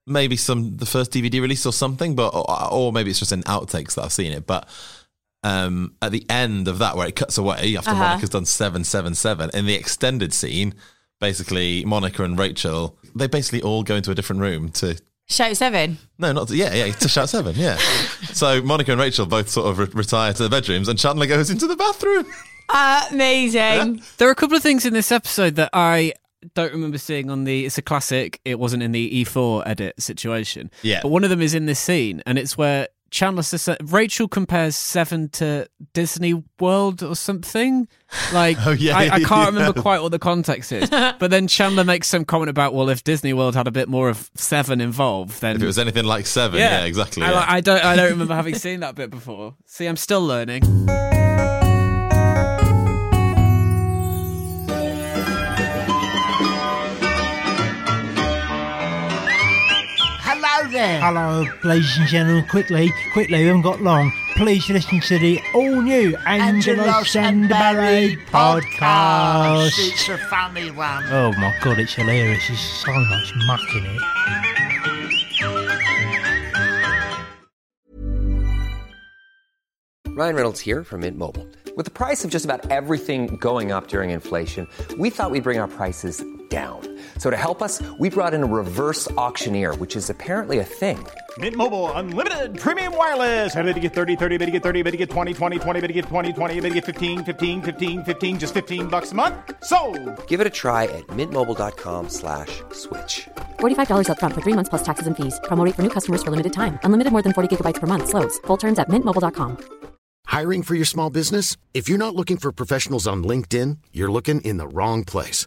C: maybe some the first DVD release or something, but or, or maybe it's just in outtakes that I've seen it. But um, at the end of that, where it cuts away after
B: Uh-huh.
C: Monica's done seven seven seven in the extended scene, basically Monica and Rachel they basically all go into a different room to.
D: Shout seven.
C: No, not to, yeah, yeah, to shout seven, yeah. So Monica and Rachel both sort of re- retire to their bedrooms, and Chandler goes into the bathroom.
D: Amazing.
B: There are a couple of things in this episode that I don't remember seeing on the. It's a classic. It wasn't in the E4 edit situation.
C: Yeah.
B: But one of them is in this scene, and it's where Chandler says that- Rachel compares Seven to Disney World or something. Like,
C: Oh, yeah,
B: I, I can't
C: yeah.
B: remember quite what the context is. but then Chandler makes some comment about, well, if Disney World had a bit more of Seven involved, then.
C: If it was anything like seven, yeah, exactly.
B: I,
C: yeah.
B: I don't. I don't remember having seen that bit before. See, I'm still learning.
E: Hello there. Hello, ladies and gentlemen. Quickly, quickly, we haven't got long. Please listen to the all new Angelos and Barry podcast. It's a funny one. Oh my god, it's hilarious. There's so much muck in it.
F: Ryan Reynolds here from Mint Mobile. With the price of just about everything going up during inflation, we thought we'd bring our prices down. So to help us, we brought in a reverse auctioneer, which is apparently a thing.
G: Mint Mobile unlimited premium wireless. Ready to get 30, 30, bit to get 30, bit to get 20, 20, 20, bit to get 20, 20, bit to get 15, 15, 15, 15, just 15 bucks a month. So,
F: Give it a try at mintmobile.com slash switch.
H: $45 upfront for three months plus taxes and fees. Promo rate for new customers for limited time. Unlimited more than 40 gigabytes per month. Slows. Full terms at mintmobile.com.
I: Hiring for your small business? If you're not looking for professionals on LinkedIn, you're looking in the wrong place.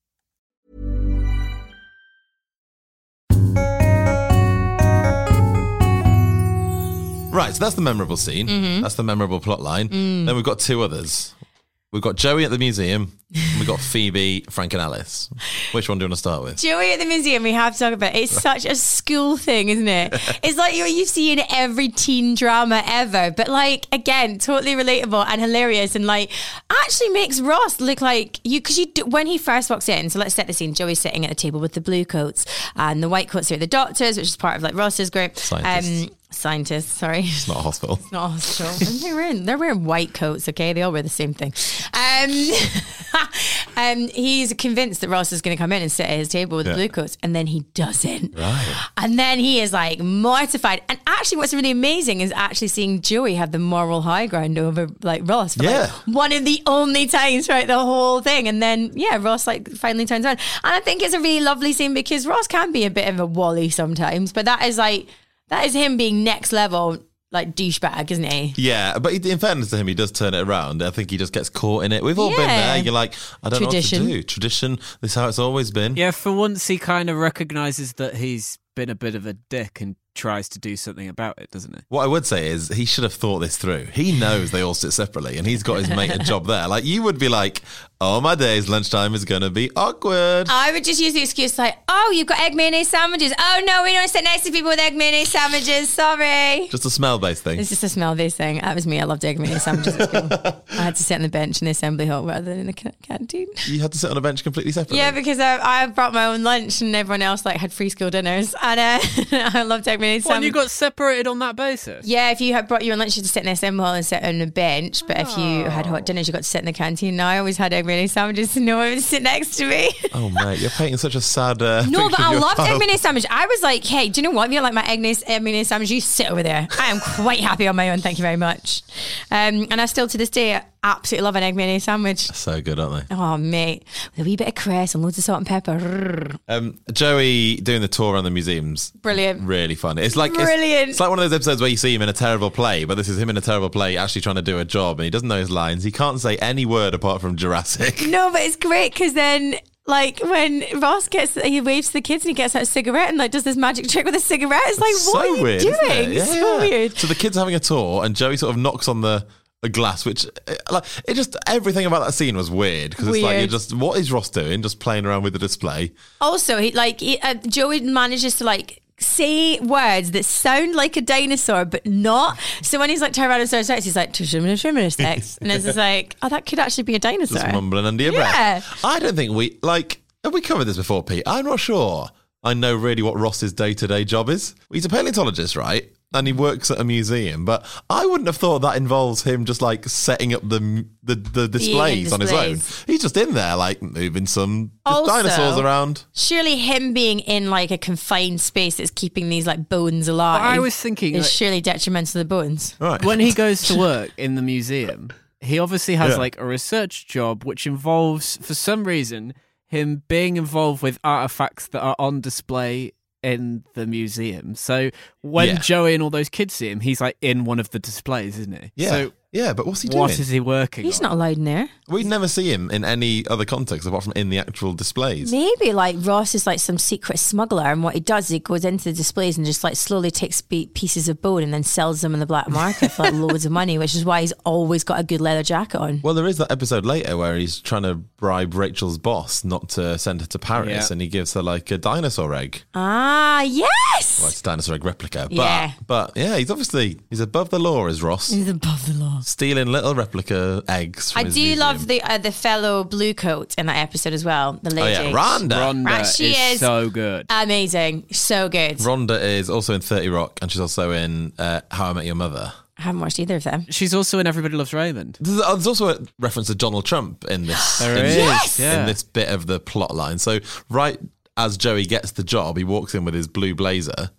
D: Mm-hmm. Mm.
C: Right, so that's the memorable scene. That's the memorable plot line. Then we've got two others. We've got Joey at the museum. and We've got Phoebe, Frank, and Alice. Which one do you want to start with?
D: Joey at the museum, we have to talk about. it. It's such a school thing, isn't it? It's like you you see in every teen drama ever, but like again, totally relatable and hilarious, and like actually makes Ross look like you because you do, when he first walks in. So let's set the scene. Joey's sitting at the table with the blue coats, and the white coats are the doctors, which is part of like Ross's group.
C: Scientists.
D: Um, scientists, sorry.
C: It's not a hospital.
D: not a hospital. And they're wearing they're wearing white coats. Okay, they all wear the same thing. Um, um, he's convinced that Ross is going to come in and sit at his table with the
C: Yeah.
D: blue coats, and then he doesn't.
C: Right.
D: And then he is like mortified. And actually, what's really amazing is actually seeing Joey have the moral high ground over like Ross for
C: Yeah.
D: like one of the only times throughout the whole thing. And then yeah, Ross like finally turns around. And I think it's a really lovely scene because Ross can be a bit of a wally sometimes, but that is like that is him being next level like douchebag, isn't he?
C: Yeah, but he- in fairness to him, he does turn it around. I think he just gets caught in it. We've all been
D: Yeah.
C: there. You're like, I don't
D: Tradition.
C: know what to do. Tradition. This is how it's always been.
B: Yeah, for once he kind of recognizes that he's been a bit of a dick and tries to do something about it, doesn't he?
C: What I would say is he should have thought this through. He knows they all sit separately and he's got his mate a job there. Like you would be like, Oh my days, lunchtime is gonna be awkward.
D: I would just use the excuse like, "Oh, you've got egg mayonnaise sandwiches." Oh no, we don't sit next to people with egg mayonnaise sandwiches. Sorry.
C: Just a smell based thing.
D: It's just the smell of these thing. That was me. I loved egg mayonnaise sandwiches at school. I had to sit on the bench in the assembly hall rather than in the ca- canteen.
C: You had to sit on a bench completely separately.
D: Yeah, because I, I brought my own lunch and everyone else like had free school dinners, and uh, I loved egg mayonnaise
B: Well, and you
D: sandwiches.
B: got separated on that basis.
D: Yeah, if you had brought your own lunch, you had to sit in the assembly hall and sit on a bench. But if you had
B: Oh.
D: hot dinners, you got to sit in the canteen. And I always had egg mayonnaise sandwiches, so no one would sit next to me.
C: Oh mate, you're painting such a sad uh,
D: No,
C: picture of
D: but I
C: your
D: loved egg
C: child.
D: mayonnaise sandwich. I was like, hey, do you know what? If you don't like my egg mayonnaise, egg mayonnaise sandwich, you sit over there. I am quite happy on my own. Thank you very much. Um, and I still, to this day, absolutely love an egg mayonnaise sandwich.
C: So good, aren't they?
D: Oh, mate. With a wee bit of cress and loads of salt and pepper. Rrr.
C: Um, Joey doing the tour around the museums.
D: Brilliant.
C: Really fun. It's like it's-
D: Brilliant.
C: It's, like one of those episodes where you see him in a terrible play, but this is him in a terrible play actually trying to do a job and he doesn't know his lines. He can't say any word apart from Jurassic.
D: No, but it's great because then. Like when Ross gets, he waves to the kids and he gets out a cigarette and like does this magic trick with a cigarette. It's like, what are you doing?
C: isn't it?
D: It's so weird.
C: So the kids are having a tour, and Joey sort of knocks on the a glass, which uh, like it just everything about that scene was weird because it's like you're
D: Weird.
C: just what is Ross doing? Just playing around with the display.
D: Also, he like he, uh, Joey manages to like say words that sound like a dinosaur but not. So when he's like Tyrannosaurus Rex, he's like Tyrannosaurus Rex, and it's just like, oh, that could actually be a
C: Just
D: dinosaur.
C: mumbling under your
D: Yeah.
C: breath. I don't think we like have we covered this before, Pete? I'm not sure. I know really what Ross's day to day job is. He's a paleontologist, right? And he works at a museum, but I wouldn't have thought that involves him just like setting up the m- the, the displays on his own.
D: displays.
C: He's just in there, like moving some just
D: Also-
C: dinosaurs around.
D: Surely him being in like a confined space that's keeping these like bones alive.
B: But I was thinking,
D: is
B: like-
D: surely detrimental to the bones.
C: All right.
B: when he goes to work in the museum, he obviously has
C: Yeah.
B: like a research job which involves, for some reason, him being involved with artifacts that are on display in the museum. So when
C: Yeah.
B: Joey and all those kids see him, he's like in one of the displays, isn't he?
C: yeah,
B: So
C: yeah, but what's he doing?
B: what is he working?
D: He's
B: on?
D: not allowed in there.
C: we never see him in any other context apart from in the actual displays.
D: Maybe like Ross is like some secret smuggler, and what he does is he goes into the displays and just like slowly takes be- pieces of bone and then sells them in the black market for like loads of money, which is why he's always got a good leather jacket on.
C: Well, there is that episode later where he's trying to bribe Rachel's boss not to send her to Paris,
B: Yeah.
C: and he gives her like a dinosaur egg.
D: Ah, yes,
C: Well, it's a dinosaur egg replica, but
D: Yeah.
C: but yeah, he's obviously he's above the law, is Ross.
D: he's above the law.
C: Stealing little replica eggs. From
D: I
C: his
D: do
C: museum.
D: love the uh, the fellow blue coat in that episode as well. The
C: Oh
D: lady,
C: yeah, Rhonda.
B: Rhonda
D: Right, she
B: is,
D: is- Uh,
B: so good.
D: amazing, so good.
C: Rhonda is also in Thirty Rock, and she's also in uh, How I Met Your Mother.
D: I haven't watched either of them.
B: She's also in Everybody Loves Raymond.
C: There's, uh, there's also a reference to Donald Trump in this.
B: There
C: in,
B: is, Yes!
C: in
B: yeah.
C: this bit of the plot line. So right as Joey gets the job, he walks in with his blue blazer,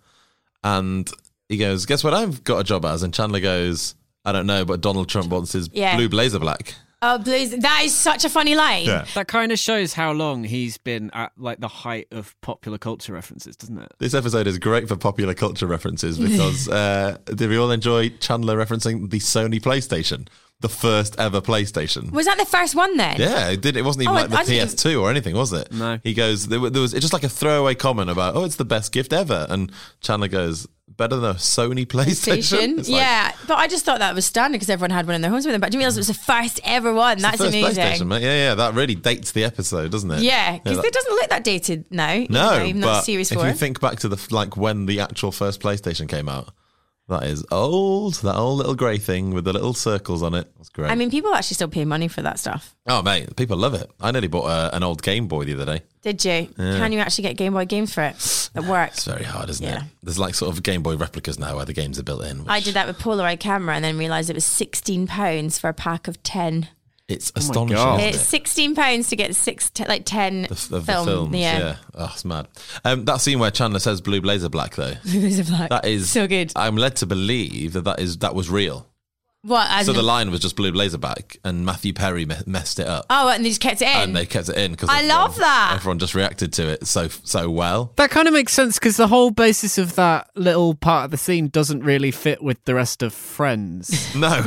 C: and he goes, "Guess what? I've got a job as." And Chandler goes, "I don't know, but Donald Trump wants his
D: Yeah.
C: blue blazer black."
D: Oh, blues! That is such a funny line.
B: That kind of shows how long he's been at like the height of popular culture references, doesn't it?
C: This episode is great for popular culture references because uh, did we all enjoy Chandler referencing the Sony PlayStation, the first ever PlayStation?
D: Was that the first one then?
C: Yeah, it did. It wasn't even
D: Oh,
C: like the
D: I didn't-
C: PS2 or anything, was it?
B: No.
C: He goes, there, wa- there was it's just like a throwaway comment about, oh, it's the best gift ever, and Chandler goes, better than a Sony PlayStation. It's like-
D: yeah, but I just thought that was standard because everyone had one in their homes with them. But I didn't realize it was the first ever one. That's
C: First PlayStation,
D: amazing.
C: mate. Yeah, yeah, that really dates the episode, doesn't it?
D: Yeah, because
C: that-
D: it doesn't look that dated now. even
C: no,
D: though- even though
C: but
D: it's Series
C: if
D: Four.
C: you think back to the like when the actual first PlayStation came out, that is old. That old little grey thing with the little circles on it. That's great.
D: I mean, people actually still pay money for that stuff.
C: oh mate, people love it. I nearly bought a, an old Game Boy the other day.
D: Did you? Can you actually get Game Boy games for it at work?
C: It's very hard, isn't
D: Yeah.
C: it? There's like sort of Game Boy replicas now where the games are built in.
D: I did that with Polaroid camera and then realised it was sixteen pounds for a pack of ten.
C: It's
B: Oh my
C: astonishing.
B: God.
C: isn't
D: It's
C: it?
D: sixteen pounds to get six, t- like ten
C: Oh, The f- of
D: film.
C: the films, yeah. Oh, it's mad. Um, that scene where Chandler says "blue blazer black" though,
D: Blues of Black.
C: that is uh,
D: so good.
C: I'm led to believe that that is that was real.
D: What? As
C: so
D: in-
C: the line was just blue blazer black, and Matthew Perry me- messed it up,
D: oh, and they just kept it in.
C: and they kept it in because
D: I love that.
C: Everyone just reacted to it so so well.
B: That kind of makes sense because the whole basis of that little part of the scene doesn't really fit with the rest of Friends.
C: No,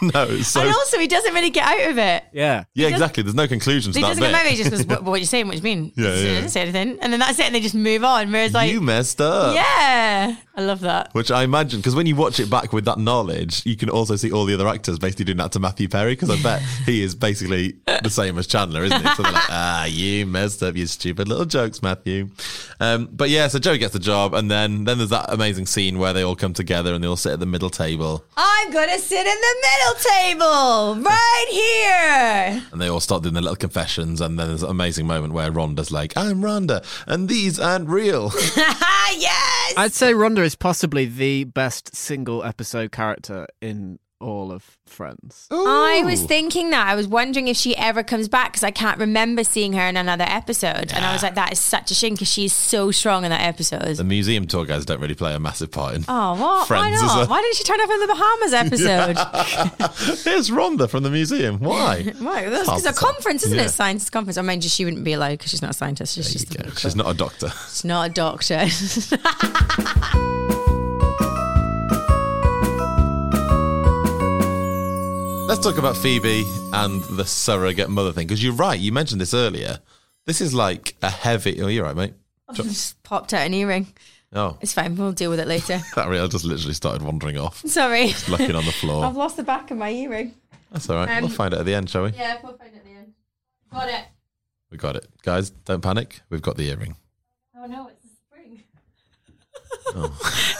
C: no. So
D: and also, he doesn't really get out of it.
B: yeah.
C: yeah, exactly. There's no conclusion to
D: He
C: that
D: doesn't
C: bit.
D: come over. He just goes, "What, what are you saying? What do you mean?"
C: Yeah,
D: He
C: yeah.
D: doesn't say anything, and then that's it. And they just move on. Whereas, like,
C: you messed up.
D: yeah, I love that.
C: Which I imagine, because when you watch it back with that knowledge, you can also see all the other actors basically doing that to Matthew Perry, because I bet he is basically the same as Chandler, isn't he? So they're like, ah, you messed up your stupid little jokes, Matthew. Um, but yeah, so Joey gets the job, and then then there's that amazing scene where they all come together and they all sit at the middle table,
D: I'm gonna sit in the middle table right here.
C: and they all start doing their little confessions, and then there's an amazing moment where Rhonda's like, I'm Rhonda, and these aren't real.
D: Ah, yes.
B: I'd say Rhonda is possibly the best single episode character in all of Friends.
D: I was thinking that. I was wondering if she ever comes back because I can't remember seeing her in another episode. And I was like, that is such a shame because she's so strong in that episode.
C: the museum tour guys don't really play a massive part in
D: Oh, what? Why
C: Friends is
D: not?
C: a-
D: Why didn't she turn up in the Bahamas episode?
C: Here's Rhonda from the museum. Why?
D: Right, that's
C: Half
D: because a
C: the time.
D: conference, isn't
C: Yeah.
D: it? Scientist conference. I mean, she wouldn't be allowed because she's not a scientist. She's just a
C: Yeah,
D: doctor.
C: she's not a doctor.
D: She's not a doctor.
C: Let's talk about Phoebe and the surrogate mother thing because you're right. You mentioned this earlier. This is like a heavy. Oh, you're right, mate.
D: just popped out an earring.
C: Oh,
D: It's fine. We'll deal with it later.
C: that real just literally started wandering off,
D: Sorry.
C: looking on the
D: I've
C: floor.
D: lost the back of my earring.
C: That's all right.
D: Um,
C: we'll find it at the end, shall we?
D: Yeah, we'll find it at the end. Got it.
C: We got it, guys. Don't panic. We've got the earring.
D: Oh no, it's a spring.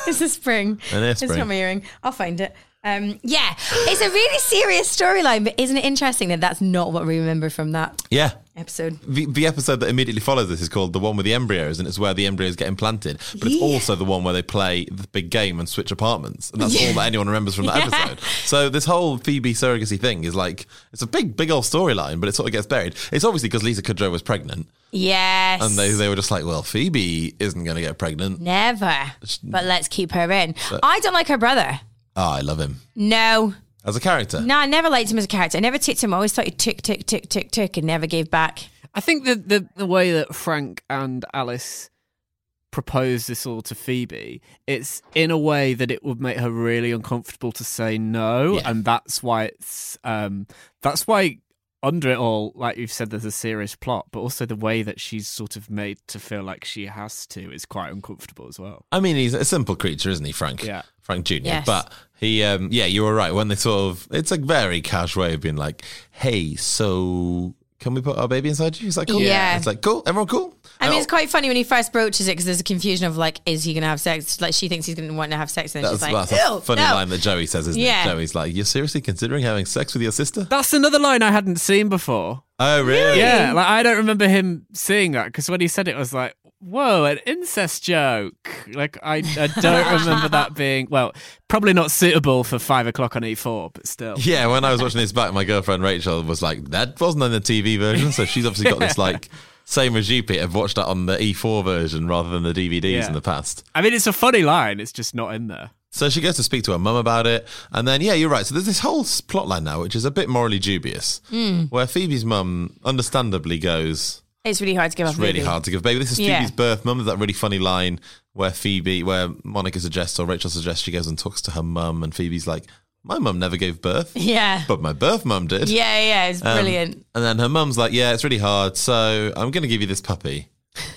D: it's a spring.
C: Oh. An air
D: It's
C: spring.
D: not my earring. I'll find it. Um, yeah, it's a really serious storyline, but isn't it interesting that that's not what we remember from that
C: Yeah.
D: episode?
C: The, the episode that immediately follows this is called the one with the embryos, and it's where the embryos get implanted. But it's
D: Yeah.
C: also the one where they play the big game and switch apartments, and that's all that anyone remembers from that
D: Yeah.
C: episode. So this whole Phoebe surrogacy thing is like it's a big, big old storyline, but it sort of gets buried. It's obviously because Lisa Kudrow was pregnant,
D: Yes.
C: and they they were just like, well, Phoebe isn't going to get pregnant.
D: Never. But let's keep her in. I don't like her brother.
C: Ah, I love him
D: No.
C: as a character.
D: No, I never liked him as a character. I never ticked him. I always thought he tick, tick, tick, tick, tick, and never gave back.
B: I think that the, the way that Frank and Alice propose this all to Phoebe, it's in a way that it would make her really uncomfortable to say no,
C: Yeah.
B: and that's why it's um, that's why under it all, like you've said, there's a serious plot, but also the way that she's sort of made to feel like she has to is quite uncomfortable as well.
C: I mean, he's a simple creature, isn't he, Frank?
B: Yeah.
C: Frank Jr.
D: Yes.
C: But he, um, yeah, you were right. When they sort of, it's a very cash way of being like, hey, so can we put our baby inside you? He's like, cool.
D: Yeah.
C: It's like, cool. Everyone cool?
D: I mean,
C: Oh,
D: it's quite funny when he first broaches it because there's a confusion of like, is he going to have sex? Like, she thinks he's going to want to have sex, and then
C: That's,
D: she's like,
C: that's
D: "Ew,
C: a funny
D: no."
C: line that Joey says, isn't
D: Yeah.
C: it? Joey's like, you're seriously considering having sex with your sister?
B: That's another line I hadn't seen before.
C: Oh, really?
B: Yeah, like I don't remember him saying that because when he said it, I was like, "Whoa, an incest joke!" Like I, I don't remember that being well, probably not suitable for five o'clock on E four, but still.
C: Yeah, when I was watching this back, my girlfriend Rachel was like, "That wasn't on the TV version," so she's obviously got this like same as you, Pete. I've watched that on the E4 version rather than the DVDs
B: Yeah.
C: in the past.
B: I mean, it's a funny line. It's just not in there.
C: So she goes to speak to her mum about it, and then yeah, you're right. So there's this whole s- plot line now, which is a bit morally dubious,
D: Hmm.
C: where Phoebe's mum, understandably, goes,
D: It's really hard to give
C: "It's
D: up.
C: really hard to give baby." This is
D: Yeah.
C: Phoebe's birth mum. There's that really funny line where Phoebe, where Monica suggests or Rachel suggests, she goes and talks to her mum, and Phoebe's like, "My mum never gave birth,
D: Yeah.
C: but my birth mum did."
D: Yeah, yeah, it's
C: Um,
D: brilliant.
C: And then her mum's like, "Yeah, it's really hard, so I'm going to give you this puppy,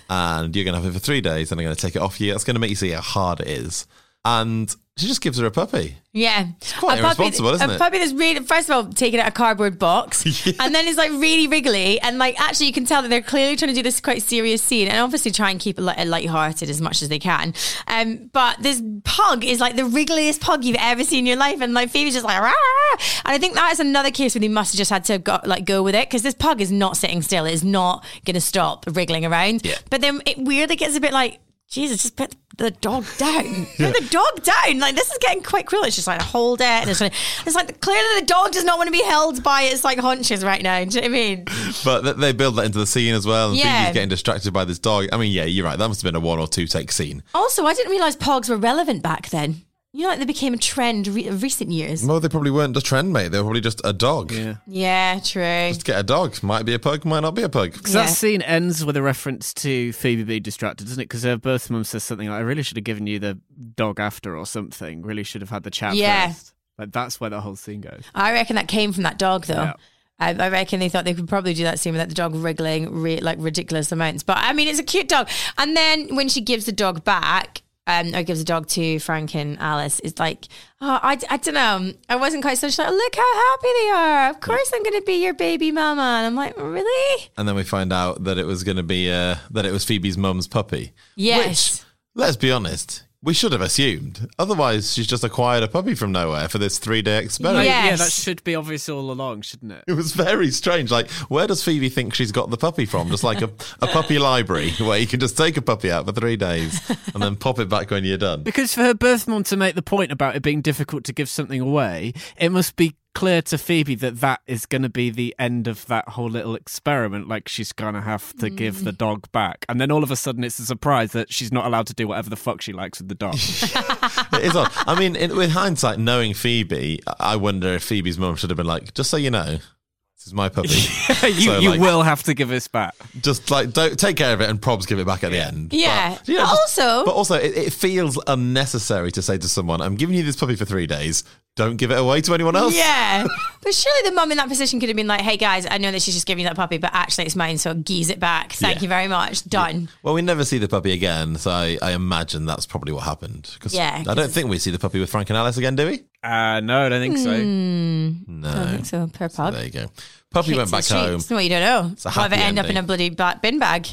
C: and you're going to have it for three days, and I'm going to take it off you. That's going to make you see how hard it is." and she just gives her a puppy.
D: Yeah.
C: quite
D: a puppy-
C: irresponsible, isn't
D: a
C: it?
D: puppy that's really, first of all, taking out a cardboard box and then it's like really wriggly. And like, actually, you can tell that they're clearly trying to do this quite serious scene and obviously try and keep it light- lighthearted as much as they can. Um, but this pug is like the wriggliest pug you've ever seen in your life. And like, Phoebe's just like, Rah! and I think that is another case where they must have just had to go, like go with it because this pug is not sitting still. It's not going to stop wriggling around. But then it weirdly gets a bit like, Jesus, just put the dog down. Put the dog down. Like this is getting quite cruel. It's just like hold it. And it's, like, it's like clearly the dog does not want to be held by its like haunches right now. Do you know what I mean?
C: But th- they build that into the scene as well. And
D: Yeah.
C: Phoebe's getting distracted by this dog. I mean, yeah, you're right. That must have been a one or two take scene.
D: Also, I didn't realize pogs were relevant back then. You know, like they became a trend re- of recent years.
C: Well, they probably weren't a trend, mate. They were probably just a dog. Yeah.
D: Yeah, true.
C: Just get a dog. Might be a pug, might not be a pug.
B: Because that scene ends with a reference to Phoebe being distracted, doesn't it? Because her birth mum says something like, I really should have given you the dog after or something. Really should have had the chat
D: Yeah.
B: first. Like, that's where the whole scene goes.
D: I reckon that came from that dog, though.
B: Yeah.
D: I, I reckon they thought they could probably do that scene without the dog wriggling re- like ridiculous amounts. But I mean, it's a cute dog. And then when she gives the dog back, um, or gives the dog to Frank and Alice, it's like, oh, I, I don't know. I wasn't quite so sure. Look how happy they are. Of course, I'm going to be your baby mama. And I'm like, really?
C: And then we find out that it was going to be, uh, that it was Phoebe's mum's puppy.
D: Yes.
C: Let's be honest. We should have assumed. Otherwise, she's just acquired a puppy from nowhere for this three day experiment.
D: Yeah.
B: Yeah,
D: Yes.
B: that should be obvious all along, shouldn't it?
C: It was very strange. Like, where does Phoebe think she's got the puppy from? Just like a, a puppy library where you can just take a puppy out for three days and then pop it back when you're done.
B: Because for her birth mum to make the point about it being difficult to give something away, it must be clear to Phoebe that that is going to be the end of that whole little experiment. Like she's going to have to give
C: Mm.
B: the dog back. And then all of a sudden it's a surprise that she's not allowed to do whatever the fuck she likes with the dog.
C: it is odd. I mean, in, with hindsight, knowing Phoebe, I I wonder if Phoebe's mum should have been like, just so you know, this is my puppy.
B: you
C: So,
B: you
C: like,
B: will have to give us back.
C: just like don't take care of it and probs give it back at the end.
D: Yeah.
C: you
D: But
C: just-
D: also-
C: but also, it, it feels unnecessary to say to someone, "I'm giving you this puppy for three days. Don't give it away to anyone else."
D: Yeah. but surely the mum in that position could have been like, hey, guys, I know that she's just giving you that puppy, but actually it's mine. So geeze it back. Thank
C: Yeah.
D: you very much. Done.
C: Well, we never see the puppy again, so I, I imagine that's probably what happened. 'Cause
D: Yeah,
C: I
D: 'cause
C: don't think we see the puppy with Frank and Alice again, do we?
B: Uh, no, I don't think so.
C: Mm. No.
D: I think so. Per pug.
C: There you go. Puppy
D: Kicked
C: went
D: to the
C: back
D: streets.
C: home.
D: No, you don't know.
C: a
D: Might have
C: happy
D: end up in
C: ending.
D: a bloody ba- bin bag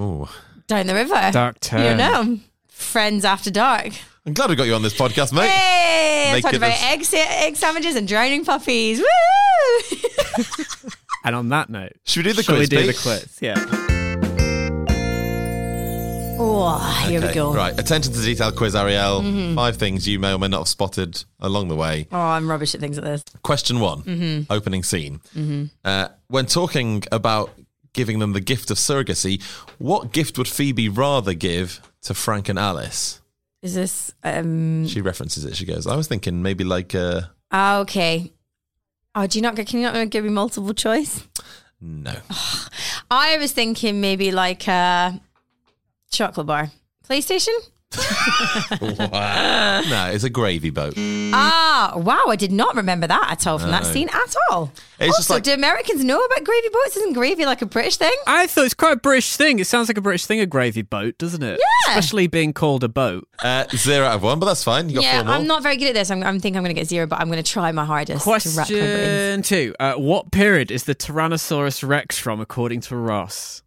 C: Ooh.
D: down the river.
B: Dark
D: You
B: turn.
D: don't know. Friends after dark.
C: I'm glad we got you on this podcast, mate.
D: Hey, I
C: Make
D: talked
C: it
D: about
C: this-
D: egg, sa- egg sandwiches and drowning puppies. Woo!
B: And on that note,
C: Should we do the
B: shall
C: quiz?
B: We do
C: Pete?
B: the quiz. Yeah.
D: oh, here we
C: Okay,
D: go. Mm-hmm.
C: Right. Attention to detail quiz, Ariel. Five things you may or may not have spotted along the way.
D: Oh, I'm rubbish at things like this.
C: Question one
D: Mm-hmm.
C: opening scene. Uh, when talking about giving them the gift of surrogacy, what gift would Phoebe rather give to Frank and Alice?
D: Is this um
C: She references it. She goes, I was thinking maybe like uh,
D: ah, okay. Oh, do you not get can you not give me multiple choice?
C: no.
D: I was thinking maybe like a chocolate bar. PlayStation?
C: Wow. no, it's a gravy boat.
D: Ah, wow, I did not remember that at all from that
C: No.
D: scene at all.
C: It's
D: also,
C: just like-
D: do Americans know about gravy boats? Isn't gravy like a British thing?
B: I thought it's quite a British thing. It sounds like a British thing, a gravy boat, doesn't it?
D: Yeah.
B: Especially being called a boat.
C: Uh, zero out of one, but that's fine. You got
D: Yeah,
C: four more.
D: I'm not very good at this. I'm, I'm think I'm going to get zero, but I'm going to try my hardest to rack my brains.
B: Question two. Uh, what period is the Tyrannosaurus Rex from, according to Ross?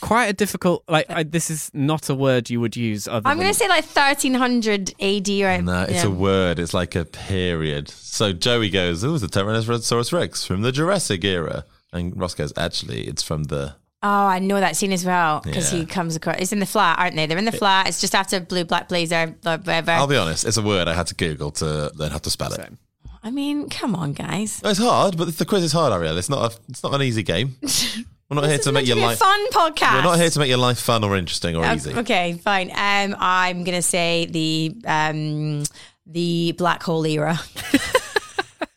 B: Quite a difficult. Like I, this is not a word you would use. Other
D: I'm going
B: than-
D: to say like 1300 AD, right?
C: No, uh, it's a word. It's like a period. So Joey goes, "Oh, it's the Tyrannosaurus Rex from the Jurassic era," and Ross goes, "Actually, it's from the."
D: Oh, I know that scene as well because
C: Yeah.
D: he comes across. It's in the flat, aren't they? They're in the flat. It's just after blue, black blazer, blah, whatever.
C: I'll be honest, it's a word I had to Google to learn how to spell it.
D: I mean, come on, guys.
C: It's hard, but the quiz is hard, Ariel. It's not a, it's not an easy game. We're not here
D: This
C: to
D: is
C: make
D: meant
C: your
D: be a
C: life.
D: fun podcast.
C: We're not here to make your life fun or interesting or
D: Um,
C: easy.
D: Okay, fine. Um, I'm gonna say the um, the black hole era,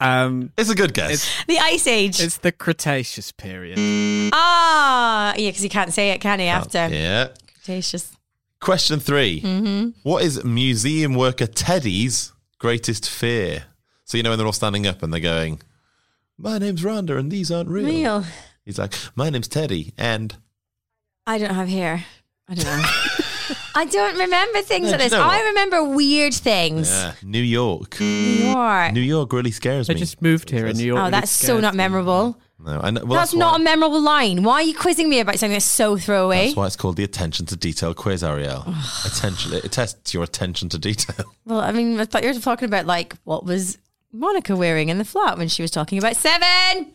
B: Um,
C: It's a good guess.
D: the ice age.
B: it's the Cretaceous period.
D: Ah, yeah, because you can't say it, can he? After
C: yeah.
D: Cretaceous.
C: Question 3
D: Mm-hmm.
C: What is museum worker Teddy's greatest fear? So you know when they're all standing up and they're going, "My name's Rhonda, and these aren't real."
D: Real.
C: He's like, "My name's Teddy, and
D: I don't have hair. I don't know. I don't remember things
C: Yeah,
D: like
C: do you
D: this.
C: know what?
D: I remember weird things.
C: Yeah. uh, New York.
D: New York.
C: New York really scares
B: They
C: me.
B: just moved here in New York.
D: oh,
B: and
D: that's
B: it's
D: so
B: scared
D: not
B: me.
D: memorable.
C: No, I know. Well,
D: that's not
C: why,
D: a memorable line. Why are you quizzing me about something that's so throwaway?
C: That's why it's called the attention to detail quiz, Ariel. attention. It tests your attention to detail.
D: Well, I mean, I thought you were talking about like what was Monica wearing in the flat when she was talking about seven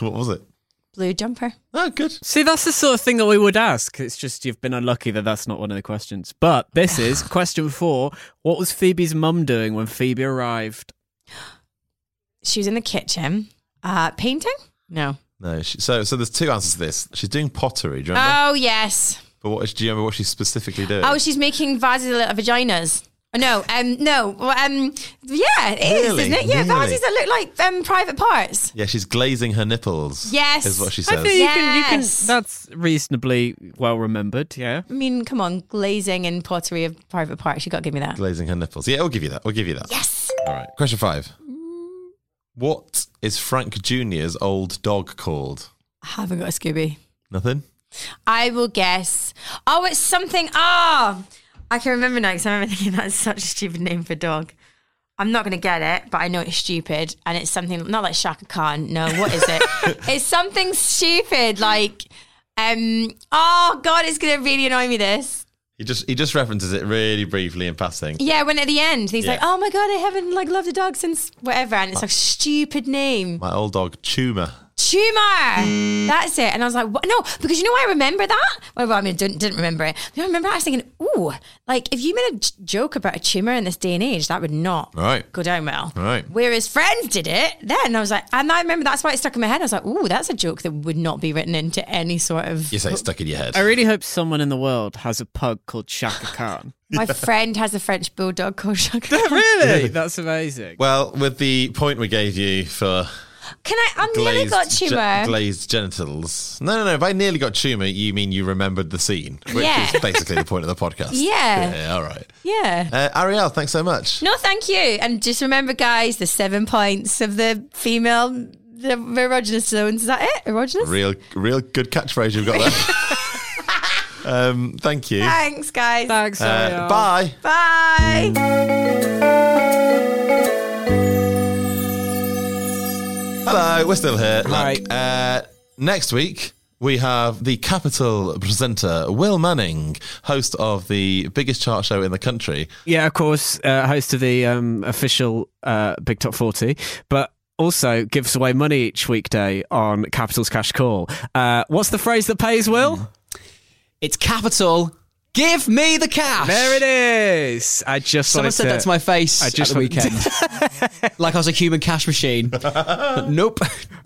C: what was it?
D: blue jumper.
C: Oh, good.
B: See, that's the sort of thing that we would ask. It's just you've been unlucky that that's not one of the questions. But this is question four. What was Phoebe's mum doing when Phoebe arrived?
D: She was in the kitchen uh, painting. No.
C: No. She, so, so there's two answers to this. She's doing pottery. Do you remember?
D: Oh yes.
C: but what is, do you remember what she's specifically doing?
D: Oh, she's making vases that look like vaginas. Oh, No, um, no, Well, um, yeah, it is,
C: Really?
D: isn't it? Yeah,
C: Really?
D: vases that look like um, private parts.
C: yeah, she's glazing her nipples.
D: Yes.
C: is what she
B: I
C: says.
B: think you can, you can.
D: Yes.
B: That's reasonably well remembered. Yeah.
D: I mean, come on, glazing and pottery of private parts. You got to give me that.
C: glazing her nipples. Yeah, we'll give you that. We'll give you that.
D: Yes. Mm.
C: All right. Question five. What is Frank Junior's old dog called?
D: I haven't got a Scooby.
C: Nothing.
D: I will guess. Oh, it's something. Ah, I can remember now because I remember thinking that's such a stupid name for a dog. I'm not going to get it, but I know it's stupid and it's something not like Shaka Khan. No, what is it? it's something stupid like. Um. Oh God, it's gonna really annoy me. This.
C: He just he just references it really briefly in passing.
D: Yeah. When at the end he's
C: Yeah.
D: like, "Oh my God, I haven't like loved a dog since whatever," and it's like stupid name.
C: My old dog Chuma. Mm.
D: Tumor. That's it. And I was like, what? No, because you know why I remember that? Well, well, I mean, I didn't, didn't remember it. But I remember I was thinking, ooh, like if you made a j- joke about a tumor in this day and age, that would not
C: Right.
D: go down well.
C: Right.
D: Whereas friends did it then. I was like, and I remember that's why it stuck in my head. I was like, ooh, that's a joke that would not be written into any sort of.
C: You say it's stuck in your head.
B: I really hope someone in the world has a pug called Shaka Khan.
D: My friend has a French bulldog called Shaka.
B: really? That's amazing.
C: well, with the point we gave you for
D: Can I? I nearly
C: glazed,
D: got
C: ge-
D: tumor.
C: glazed genitals. No, no, no. If I nearly got tumor, you mean you remembered the scene, which
D: Yeah.
C: is basically the point of the podcast.
D: Yeah.
C: Yeah, all right.
D: yeah.
C: Uh, Ariel, thanks so much.
D: No, thank you. And just remember, guys, the seven points of the female, the erogenous zones. Is that it? Erogenous?
C: Real, real good catchphrase you've got there. um, thank you.
D: Thanks, guys.
B: Thanks.
C: Uh,
B: Ariel.
C: bye.
D: Bye.
C: Hello, we're still here. Look,
B: Hi.
C: uh, next week we have the Capital presenter Will Manning, host of the biggest chart show in the country.
B: Yeah, of course, uh, host of the um, official uh, Big Top 40, but also gives away money each weekday on Capital's Cash Call. Uh, what's the phrase that pays, Will?
J: Mm. It's capital. Give me the cash.
B: There it is. I just
J: Someone
B: wanted
J: said that to my face
B: I just
J: at the
B: wanted to-
J: weekend. like I was a human cash machine. nope.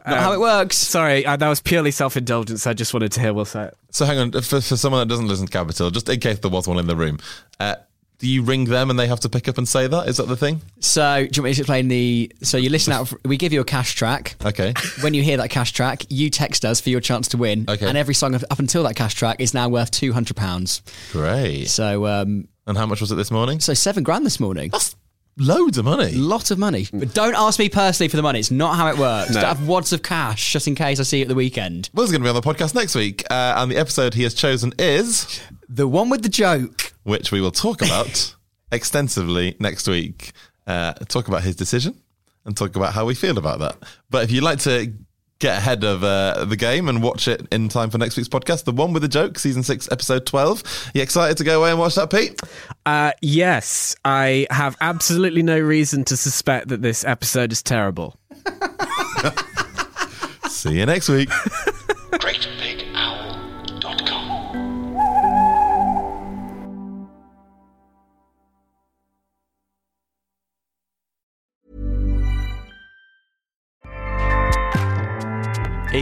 J: Not how it works.
B: Um, Sorry, uh, that was purely self indulgence. I just wanted to hear Will say it.
C: So hang on, for, for someone that doesn't listen to Capital, just in case there was one in the room, uh, do you ring them and they have to pick up and say that? Is that the thing?
J: So, do you want me to explain the. So, you listen out. For, we give you a cash track.
C: Okay.
J: When you hear that cash track, you text us for your chance to win.
C: Okay.
J: And every song up up until that cash track is now worth £200.
C: Great.
J: So, um,
C: And how much was it this morning?
J: so seven grand this morning.
C: That's loads of money.
J: lot of money. But don't ask me personally for the money. It's not how it works. Don't have wads of cash just in case I see you at the weekend.
C: Will's going to be on the podcast next week, uh, and the episode he has chosen is,
J: The one with the joke.
C: which we will talk about extensively next week. Uh, talk about his decision and talk about how we feel about that. But if you'd like to get ahead of uh, the game and watch it in time for next week's podcast, the one with the joke, season six, episode twelve. You excited to go away and watch that, Pete?
B: Uh, yes, I have absolutely no reason to suspect that this episode is terrible.
C: See you next week.
A: GreatBigOwl.com.